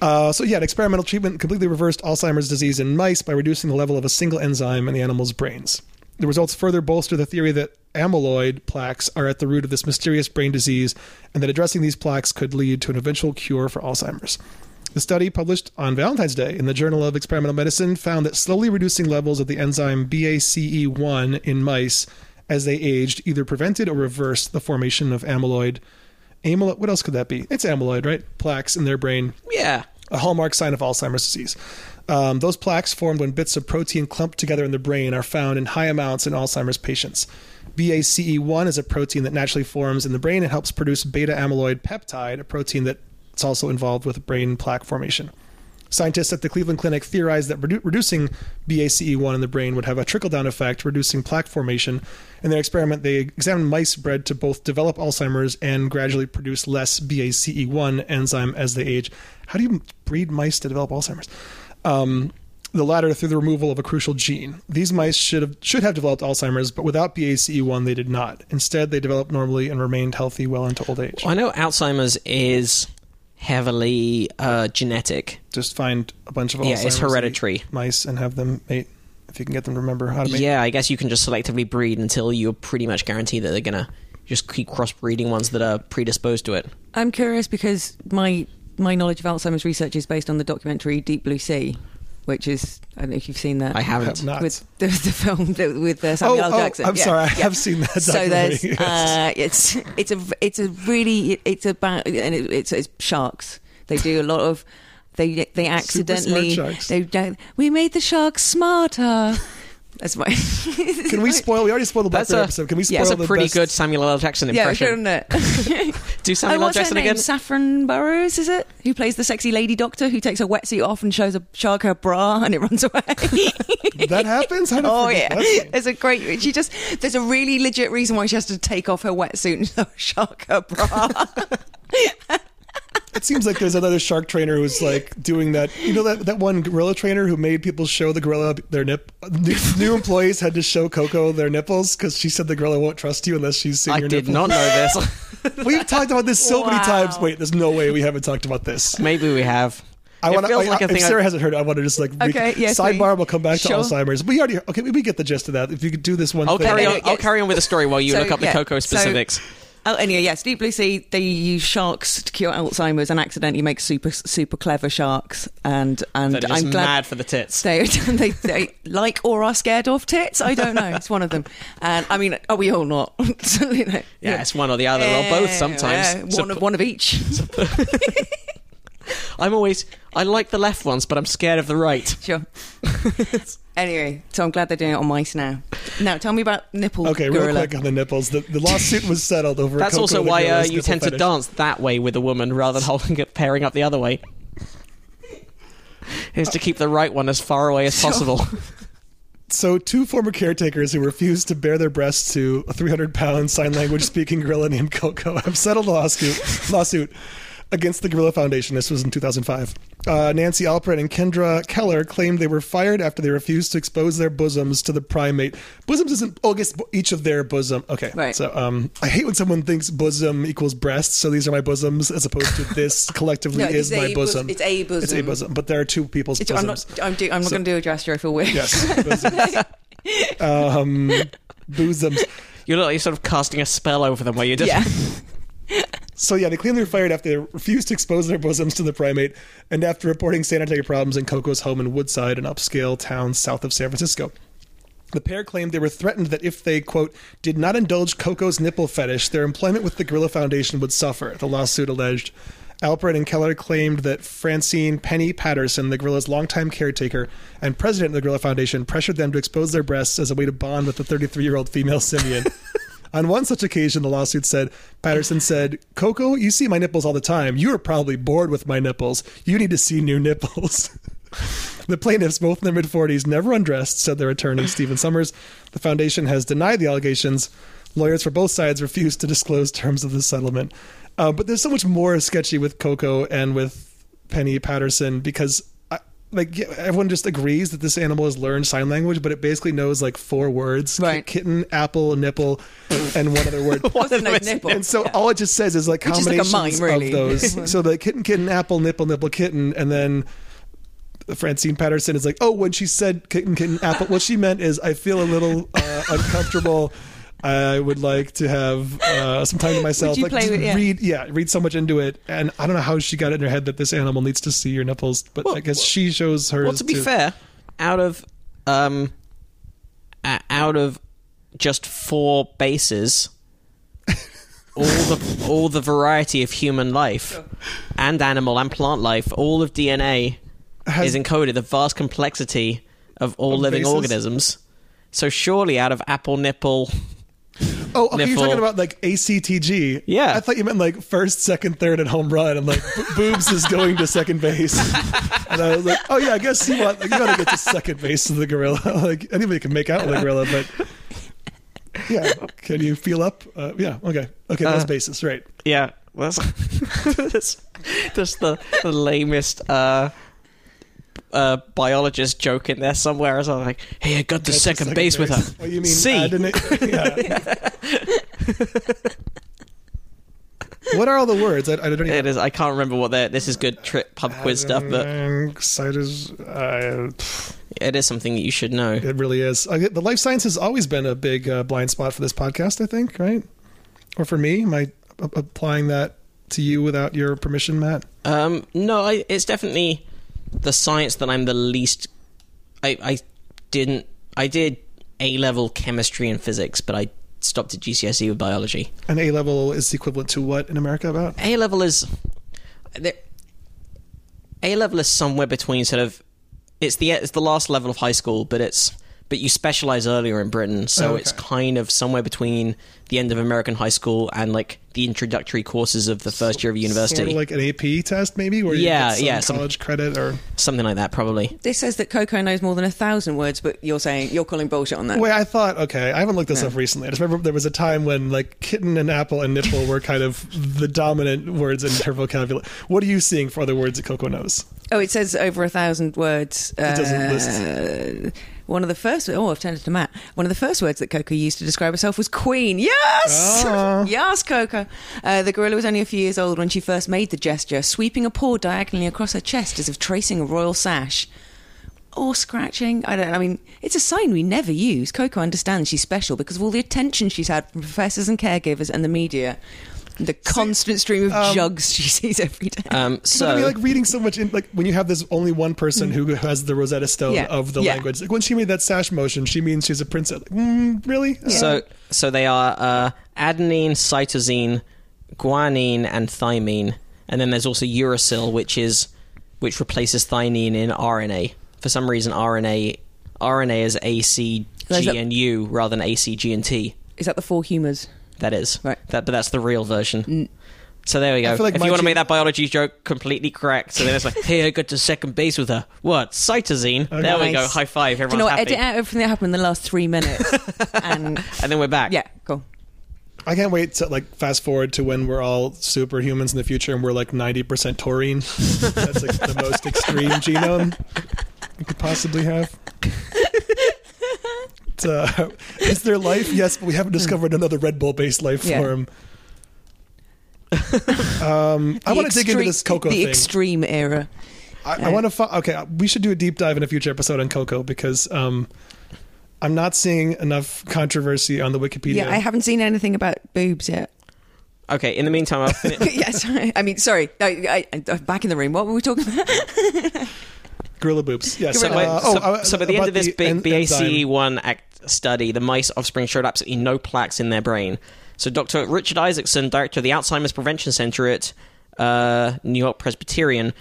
uh, so yeah, an experimental treatment completely reversed Alzheimer's disease in mice by reducing the level of a single enzyme in the animal's brains. The results further bolster the theory that amyloid plaques are at the root of this mysterious brain disease, and that addressing these plaques could lead to an eventual cure for Alzheimer's. The study published on Valentine's Day in the Journal of Experimental Medicine found that slowly reducing levels of the enzyme BACE1 E in mice as they aged either prevented or reversed the formation of amyloid. Amyloid, what else could that be? It's amyloid, right? Plaques in their brain
Yeah.
a hallmark sign of Alzheimer's disease. Um, those plaques formed when bits of protein clumped together in the brain are found in high amounts in Alzheimer's patients. BACE1 is a protein that naturally forms in the brain and helps produce beta amyloid peptide, a protein that's also involved with brain plaque formation. Scientists at the Cleveland Clinic theorized that redu- reducing BACE1 E in the brain would have a trickle down effect, reducing plaque formation. In their experiment, they examined mice bred to both develop Alzheimer's and gradually produce less BACE1 E enzyme as they age. How do you breed mice to develop Alzheimer's? Um, the latter through the removal of a crucial gene. These mice should have, should have developed Alzheimer's, but without BACE1, E they did not. Instead, they developed normally and remained healthy well into old age.
I know Alzheimer's is heavily uh, genetic.
Just find a bunch of
Yeah,
Alzheimer's
it's hereditary.
mice and have them mate if you can get them to remember how to mate.
Yeah, I guess you can just selectively breed until you're pretty much guaranteed that they're gonna just keep crossbreeding ones that are predisposed to it.
I'm curious because my my knowledge of Alzheimer's research is based on the documentary Deep Blue Sea, which is I don't know if you've seen that.
I haven't.
Have not.
With the, the film that- with uh, Samuel L.
oh,
Jackson.
I'm
Yeah,
sorry, I
yeah.
have seen that
So there's
documentary,
uh, it's it's a it's a really it's about and it, it's, it's sharks. They do a lot of they
Super
they
smart
accidentally
sharks.
they don't, we made the sharks smarter. That's my.
Can we spoil? We already spoiled the
uh,
Black
That's
Mirror
a,
episode. Can we spoil
yeah, that's
the
a pretty
best-
good Samuel L. Jackson
yeah,
impression.
shouldn't it?
Do
Oh,
Samuel L.
what's
Jackson
her name?
again?
Saffron Burrows, is it? Who plays the sexy lady doctor who takes her wetsuit off and shows a shark her bra and it runs away?
That happens. How did I
oh
forget
yeah,
that scene?
there's a great. She just there's a really legit reason why she has to take off her wetsuit and show a shark her bra.
It seems like there's another shark trainer who's like doing that. You know that, that one gorilla trainer who made people show the gorilla their nip. New, new employees had to show Coco their nipples because she said the gorilla won't trust you unless she's seen
I
your
did
nipples.
not know this.
We've talked about this so many
Wow.
times. Wait, there's no way we haven't talked about this.
Maybe we have.
I
It
want to.
feels like a
if
thing I-
Sarah hasn't heard, it, I want to just like re-
Okay, yes,
sidebar.
please.
We'll come back to
Sure.
Alzheimer's. We already okay. We, we get the gist of that. If you could do this one,
I'll
thing.
carry
no,
on.
no,
I'll
yes.
carry on with the story while you
So,
look up the
yeah.
Coco
So-
specifics.
Oh, anyway, yes, Deep Blue Sea, they use sharks to cure Alzheimer's and accidentally make super, super clever sharks. And, and
They're just
I'm glad
mad for the tits.
They, they, they like or are scared of tits. I don't know. It's one of them. And I mean, are we all not? You know,
Yeah, it's one or the other, or both
Yeah,
sometimes.
yeah,
So
one, of, one of each.
I'm always I like the left ones, but I'm scared of the right.
sure. anyway, so I'm glad they're doing it on mice now. Now, tell me about nipple
Okay, real
gorilla.
quick uh, on the nipples. The, the lawsuit was settled over.
That's
Coco
also
the
why uh,
gorilla's
you
nipple
tend to
fetish.
dance that way with a woman rather than holding it, pairing up the other way. Is to keep the right one as far away as possible.
So, two former caretakers who refused to bare their breasts to a 300-pound sign language speaking gorilla named Coco have settled a lawsuit lawsuit against the Gorilla Foundation. This was in 2005. Uh, Nancy Alpert and Kendra Keller claimed they were fired after they refused to expose their bosoms to the primate. Bosoms isn't oh, I guess each of their bosom. Okay,
Right.
So, um, I hate when someone thinks bosom equals breasts. So these are my bosoms, as opposed to this collectively
No,
is
it's
my
a bos-
bosom.
it's a
It's a
bosom.
bosom, but there are two people's
It's- I'm
bosoms.
not, I'm, do, I'm not going to do a gesture. I feel weird.
Yes. bosoms. um, bosoms.
you're, not- you're sort of casting a spell over them where you're just.
Yeah.
So yeah, they claimed they were fired after they refused to expose their bosoms to the primate, and after reporting sanitary problems in Coco's home in Woodside, an upscale town south of San Francisco. The pair claimed they were threatened that if they, quote, did not indulge Coco's nipple fetish, their employment with the Gorilla Foundation would suffer, the lawsuit alleged. Alpert and Keller claimed that Francine Penny Patterson, the gorilla's longtime caretaker and president of the Gorilla Foundation, pressured them to expose their breasts as a way to bond with the 33 year old female simian. On one such occasion, the lawsuit said Patterson said, Coco, you see my nipples all the time. You are probably bored with my nipples. You need to see new nipples. the plaintiffs, both in their mid 40s, never undressed, said their attorney, Stephen Summers. The foundation has denied the allegations. Lawyers for both sides refused to disclose terms of the settlement. Uh, but there's so much more sketchy with Coco and with Penny Patterson because like yeah, everyone just agrees that this animal has learned sign language, but it basically knows like four words:
Right.
Ki- kitten, apple, nipple, and one other word.
Doesn't know nipple.
and so all it just says is like
Which is like a
combinations
mime, really.
of those. so the kitten, kitten, apple, nipple, nipple, kitten, and then Francine Patterson is like, oh, when she said kitten, kitten, apple, what she meant is I feel a little uh, uncomfortable. I would like to have uh, some time to myself.
you
like
play
just
with- yeah.
read, yeah, read so much into it, and I don't know how she got it in her head that this animal needs to see your nipples, but
Well,
I guess she shows hers.
Well, to be
too.
fair, out of um, uh, out of just four bases, all the all the variety of human life and animal and plant life, all of DNA
Has-
is encoded. The vast complexity of all
Of
living
bases?
organisms. So surely, out of apple nipple,
Oh, okay, you're
Nipple.
talking about like ACTG.
Yeah.
I thought you meant like first, second, third, and home run. And like b- boobs is going to second base. And I was like, oh yeah, I guess you want you gotta get to second base of the gorilla. like anybody can make out with a gorilla, but yeah, can you feel up? Uh, yeah, okay, okay, that's
Uh,
basis, right?
yeah, that's that's, that's the, the lamest. Uh, uh, biologist joke in there somewhere as I'm like, hey, I got to
That's
second, base, Oh, with her.
Well, you mean
C.
I didn't- yeah. what are all the words? I, I don't even
It uh, is. I can't remember what they're. This is good trip pub quiz stuff, but
Excited, uh,
it is something that you should know.
It really is. I, the life science has always been a big uh, blind spot for this podcast, I think, right? Or for me, am I a- applying that to you without your permission, Matt?
Um, no, I, it's definitely the science that I'm the least. I I didn't. I did A level chemistry and physics, but I stopped at GCSE E with biology.
An A level is equivalent to what in America about?
A level is. there- A level is somewhere between sort of. It's the it's the last level of high school, but it's but you specialize earlier in Britain, so
Oh, Okay.
it's kind of somewhere between the end of American high school and like the introductory courses of the first year of university,
Sort of like an AP test, maybe, where you
Yeah,
get some
yeah, some-
college credit or.
something like that, probably.
This says that Coco knows more than a thousand words, but you're saying you're calling bullshit on that.
Wait, I thought okay. I haven't looked this up recently. I just remember there was a time when like kitten and apple and nipple were kind of the dominant words in her vocabulary. What are you seeing for other words that Coco knows?
Oh, it says over a thousand words. It
doesn't
list. One of the first. Oh, I've turned it to Matt. One of the first words that Coco used to describe herself was queen. Yes,
Oh.
yes, Coco. Uh, the gorilla was only a few years old when she first made the gesture, sweeping a paw diagonally across her chest as if tracing a royal sash. Or scratching. I don't. I mean, it's a sign we never use. Coco understands she's special because of all the attention she's had from professors and caregivers and the media. The constant stream of jugs she sees every day.
Um, so
But I mean, like reading so much in like when you have this only one person who has the Rosetta Stone
Mm. Yeah.
of the
Yeah.
language. Like when she made that sash motion, she means she's a princess. Like, mm, really? Uh,
So so they are uh, adenine, cytosine, guanine, and thymine, and then there's also uracil, which is which replaces thionine in RNA. For some reason, RNA RNA is A C
There's a-
G and U rather than A C G and T.
Is that the four humours?
That is
Right.
That, but that's the real version. So there we go.
feel like
if
my
you want to
gene-
make that biology joke completely correct, so then it's like, hey, I got to second base with her. What cytosine? There we
Nice.
go. High five. Everyone's
Do you know what?
happy.
Edit out everything that happened in the last three minutes. and uh,
And then we're back.
yeah, cool.
I can't wait to like fast forward to when we're all superhumans in the future and we're like ninety percent taurine. That's like the most extreme genome you could possibly have. It's, uh, is there life? Yes, but we haven't discovered another Red Bull based life
Hmm. Yeah.
form. um, I
The
want to dig into
extreme-
this cocoa
The
thing.
extreme era.
I, I want to. Fi- okay, we should do a deep dive in a future episode on Coco because um, I'm not seeing enough controversy on the Wikipedia.
Yeah, I haven't seen anything about boobs yet.
Okay. In the meantime, I'll finish.
yeah, sorry. I mean, sorry. I, I, I'm back in the room. What were we talking about?
Gorilla boobs. Yes.
So,
Gorilla
by,
uh,
so,
uh,
so by the end
about
of this
the
big
en- enzyme.
BACE1 act study, the mice offspring showed absolutely no plaques in their brain. So Dr. Richard Isaacson, director of the Alzheimer's Prevention Center at uh, New York Presbyterian,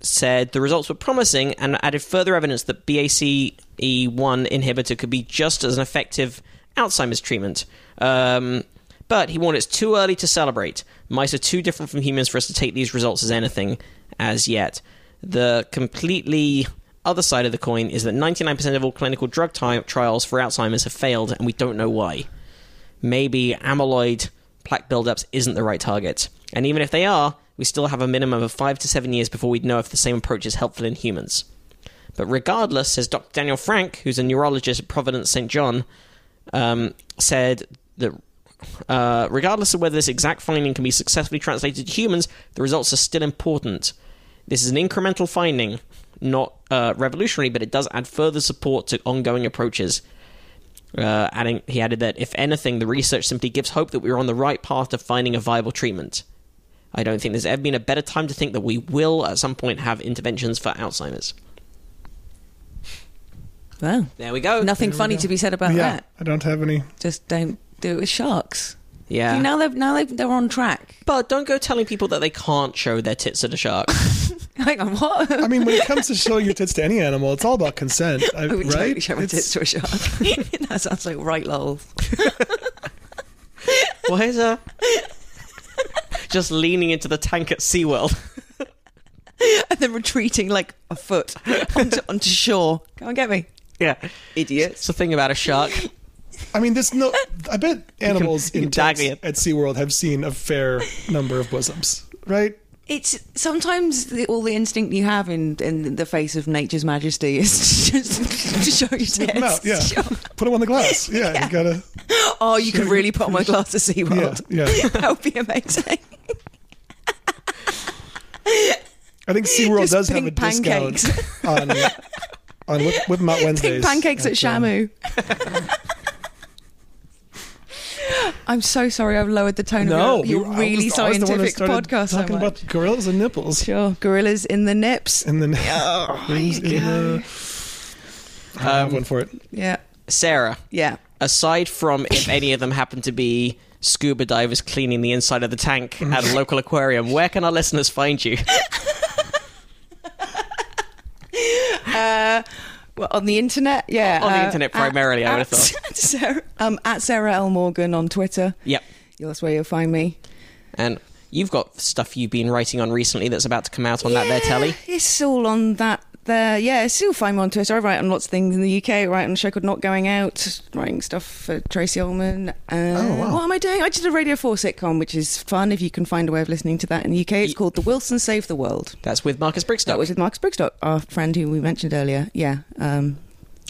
said the results were promising and added further evidence that BACE1 E inhibitor could be just as an effective Alzheimer's treatment. Um, but he warned it's too early to celebrate. Mice are too different from humans for us to take these results as anything as yet. The completely other side of the coin is that 99% of all clinical drug ti- trials for Alzheimer's have failed, and we don't know why. Maybe amyloid plaque buildups isn't the right target. And even if they are, we still have a minimum of five to seven years before we'd know if the same approach is helpful in humans. But regardless, says Dr. Daniel Frank, who's a neurologist at Providence St. John, um, said that uh, regardless of whether this exact finding can be successfully translated to humans, the results are still important. This is an incremental finding, not uh, revolutionary, but it does add further support to ongoing approaches. Uh, adding, he added that if anything, the research simply gives hope that we are on the right path to finding a viable treatment. I don't think there's ever been a better time to think that we will, at some point, have interventions for Alzheimer's.
Wow.
There we go.
Nothing funny to be said about
yeah,
that.
I don't have any.
Just don't do it with sharks.
Yeah.
See, now they're now they've, they're on track.
but don't go telling people that they can't show their tits at a shark.
Hang on, what?
I mean, when it comes to showing your tits to any animal, it's all about consent, I,
I would
right?
totally show my
It's-
tits to a shark. that sounds like right lol.
Why is that? Just leaning into the tank at SeaWorld.
And then retreating like a foot onto, onto shore. Come and get me.
Yeah.
Idiots.
It's the thing about a shark.
I mean, there's no. I bet animals
you
in
can tag
tanks
it.
at SeaWorld have seen a fair number of bosoms, right?
It's sometimes the, all the instinct you have in, in the face of nature's majesty is just to show your
Them out,
tits.
yeah.
Sure.
Put them on the glass. Yeah, you gotta.
Oh, you could really put on my glass of
Yeah,
SeaWorld.
yeah.
that would be amazing.
I think SeaWorld
Just
does have a
pink
discount on on Whip, Whip 'Em Out Wednesdays.
Pink pancakes at
That's, um,
Shamu. I'm so sorry I've lowered the tone
No,
of
we-
your, your
I
really
was- I was the one who
scientific
started
podcast. so
Talking
much.
about gorillas and nipples.
Sure, gorillas in the nips.
And then
Oh, there
things
you
in
go.
the- I don't have one for it.
Yeah,
Sarah,
yeah.
aside from if any of them happen to be scuba divers cleaning the inside of the tank at a local aquarium, where can our listeners find you?
Uh, well, on the internet, yeah.
On the
uh,
internet
at-
primarily, I
at,
would have thought.
Sarah, um, at Sarah L. Morgan on Twitter.
Yep.
That's where you'll find me.
And you've got stuff you've been writing on recently that's about to come out on that there telly.
It's all on that there. Yeah, it's still find me on Twitter. I write on lots of things in the UK. I write on a show called Not Going Out, writing stuff for Tracy Ullman. Uh,
Oh, wow.
What am I doing? I did a Radio 4 sitcom, which is fun if you can find a way of listening to that in the UK. It's called The Wilson Save the World.
That's with Marcus
That
Brigstock.
was with Marcus Brigstock, our friend who we mentioned earlier. Yeah. Um,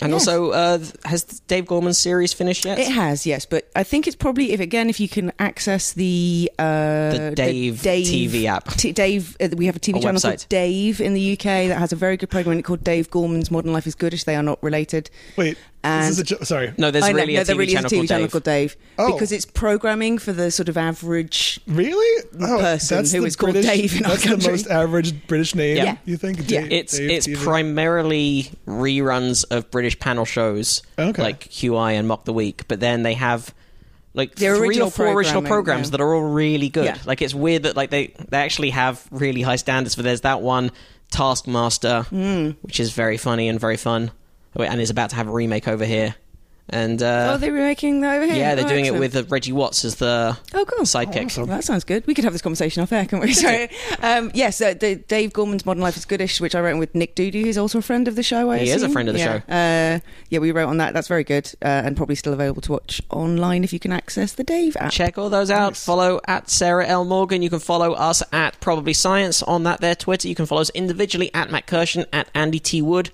and
yeah.
also, uh, th- has Dave Gorman's series finished yet?
It has, yes, but I think it's probably if again if you can access the uh,
The Dave TV app.
T- Dave, uh, we have a TV
A
channel
website.
called Dave in the UK that has a very good program in it called Dave Gorman's Modern Life is Goodish. They are not related.
Wait,
And-
this is a jo- sorry.
No, there's
I know,
really
no,
a TV
there really
channel
is a TV
called
channel
Dave.
called Dave
Oh.
because it's programming for the sort of average.
Really? Oh,
person
that's
who
the
is called
British-
Dave in our
That's the
country.
most average British name.
Yeah.
You think?
Yeah.
Dave-
It's
Dave
it's
TV?
primarily reruns of British panel shows
Okay.
like QI and Mock the Week, but then they have like
The
three or
original
four original
programming,
programs
yeah.
that are all really good.
Yeah.
Like it's weird that like they they actually have really high standards. But there's that one Taskmaster,
Hmm.
which is very funny and very fun, Oh, and is about to have a remake over here. And uh,
oh, they're remaking that over here.
yeah, they're
Oh,
doing it
excellent.
with uh, Reggie Watts as the
Oh, cool.
sidekick.
awesome.
Well, that sounds good. We could have this conversation off air, can't we? Sorry. Um, yes, uh, the, Dave Gorman's Modern Life is Goodish, which I wrote with Nick Doody, who's also a friend of the show. I
He is a
assume.
friend of the
yeah. show. Uh, yeah, we wrote on that. That's very good, uh, and probably still available to watch online if you can access the Dave app.
Check all those out. Follow at Sarah L. Morgan. You can follow us at Probably Science on that there Twitter. You can follow us individually at Matt Kirshen, at Andy T. Wood.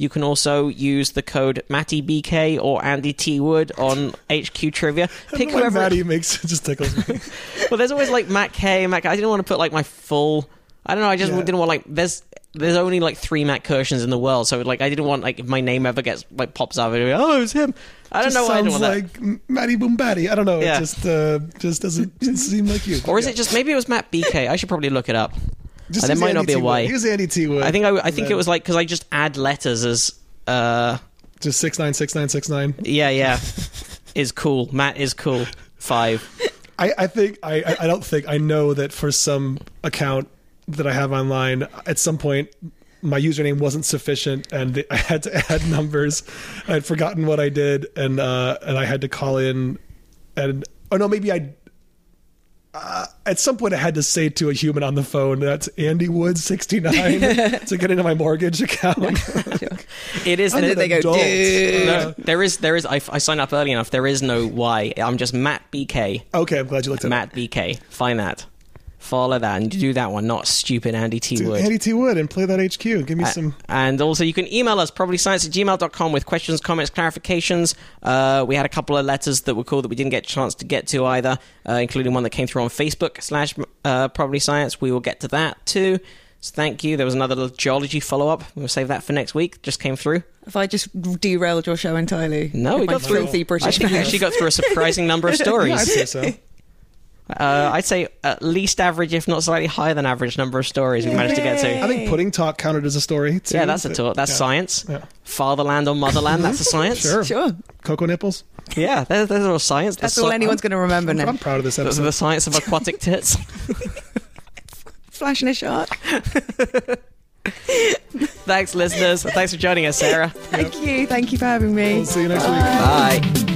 You can also use the code MattyBK or Andy T. Wood on HQ Trivia. Pick
Like
whoever.
Maddie makes it just tickles me.
Well, there's always like Matt K, Matt K. I didn't want to put like my full. I don't know. I just
Yeah.
didn't want like. There's there's only like three Matt Kirshens in the world. So like I didn't want like if my name ever gets like pops up, it'd be, oh, it's him. I don't
just
know why I didn't
sounds
want that.
like M- Matty Boom Batty. I don't know.
Yeah.
It just uh, just doesn't doesn't seem like you.
Or is
Yeah.
it just maybe it was Matt BK? I should probably look it up.
Just
there
use
might not be
Andy
a
T. Wood.
way.
Use Andy T. Wood.
I think I, I think
Then
it was like because I just add letters as uh
just six nine six nine six nine.
yeah yeah is cool Matt is cool five
I, I think I, I- I don't think I know that for some account that I have online, at some point my username wasn't sufficient and the, I had to add numbers. I had forgotten what I did and uh, and I had to call in and oh no maybe I uh, at some point I had to say to a human on the phone that's Andy Wood sixty nine to get into my mortgage account.
It is.
I'm
there-
an
they go,
adult.
"Dude."
no, there is. There is. I, I signed up early enough. There is no why. I'm just Matt BK.
Uh, okay, I'm glad you looked at
Matt BK. Find that. Follow that and do that one. Not stupid Andy T Wood.
Andy T Wood and play that HQ. Give me some.
And also, you can email us, probablyscience at gmail.com, with questions, comments, clarifications. Uh, we had a couple of letters that were cool that we didn't get a chance to get to either, uh, including one that came through on Facebook slash uh, Probably Science. We will get to that too. So thank you. There was another little geology follow up. We'll save that for next week. Just came through.
Have I just derailed your show entirely?
No, we
With my
got through.
filthy
I
British.
think we
mouth.
actually got through a surprising number of
Yeah, I'd
stories.
say so.
Uh, I'd say at least average, if not slightly higher than average, number of stories we managed to get to.
I think pudding talk counted as a story. Too.
Yeah, that's a talk. That's science.
Yeah.
Fatherland or motherland, that's a science.
Sure.
Sure.
Cocoa nipples.
Yeah, there's, there's all science.
That's
the
all
sci-
anyone's going to remember now.
I'm proud of this
the,
episode.
the science of aquatic tits.
Flashing a shark.
Thanks, listeners. Thanks for joining us, Sarah.
Thank you. Thank you for having me.
We'll see you next week.
Bye.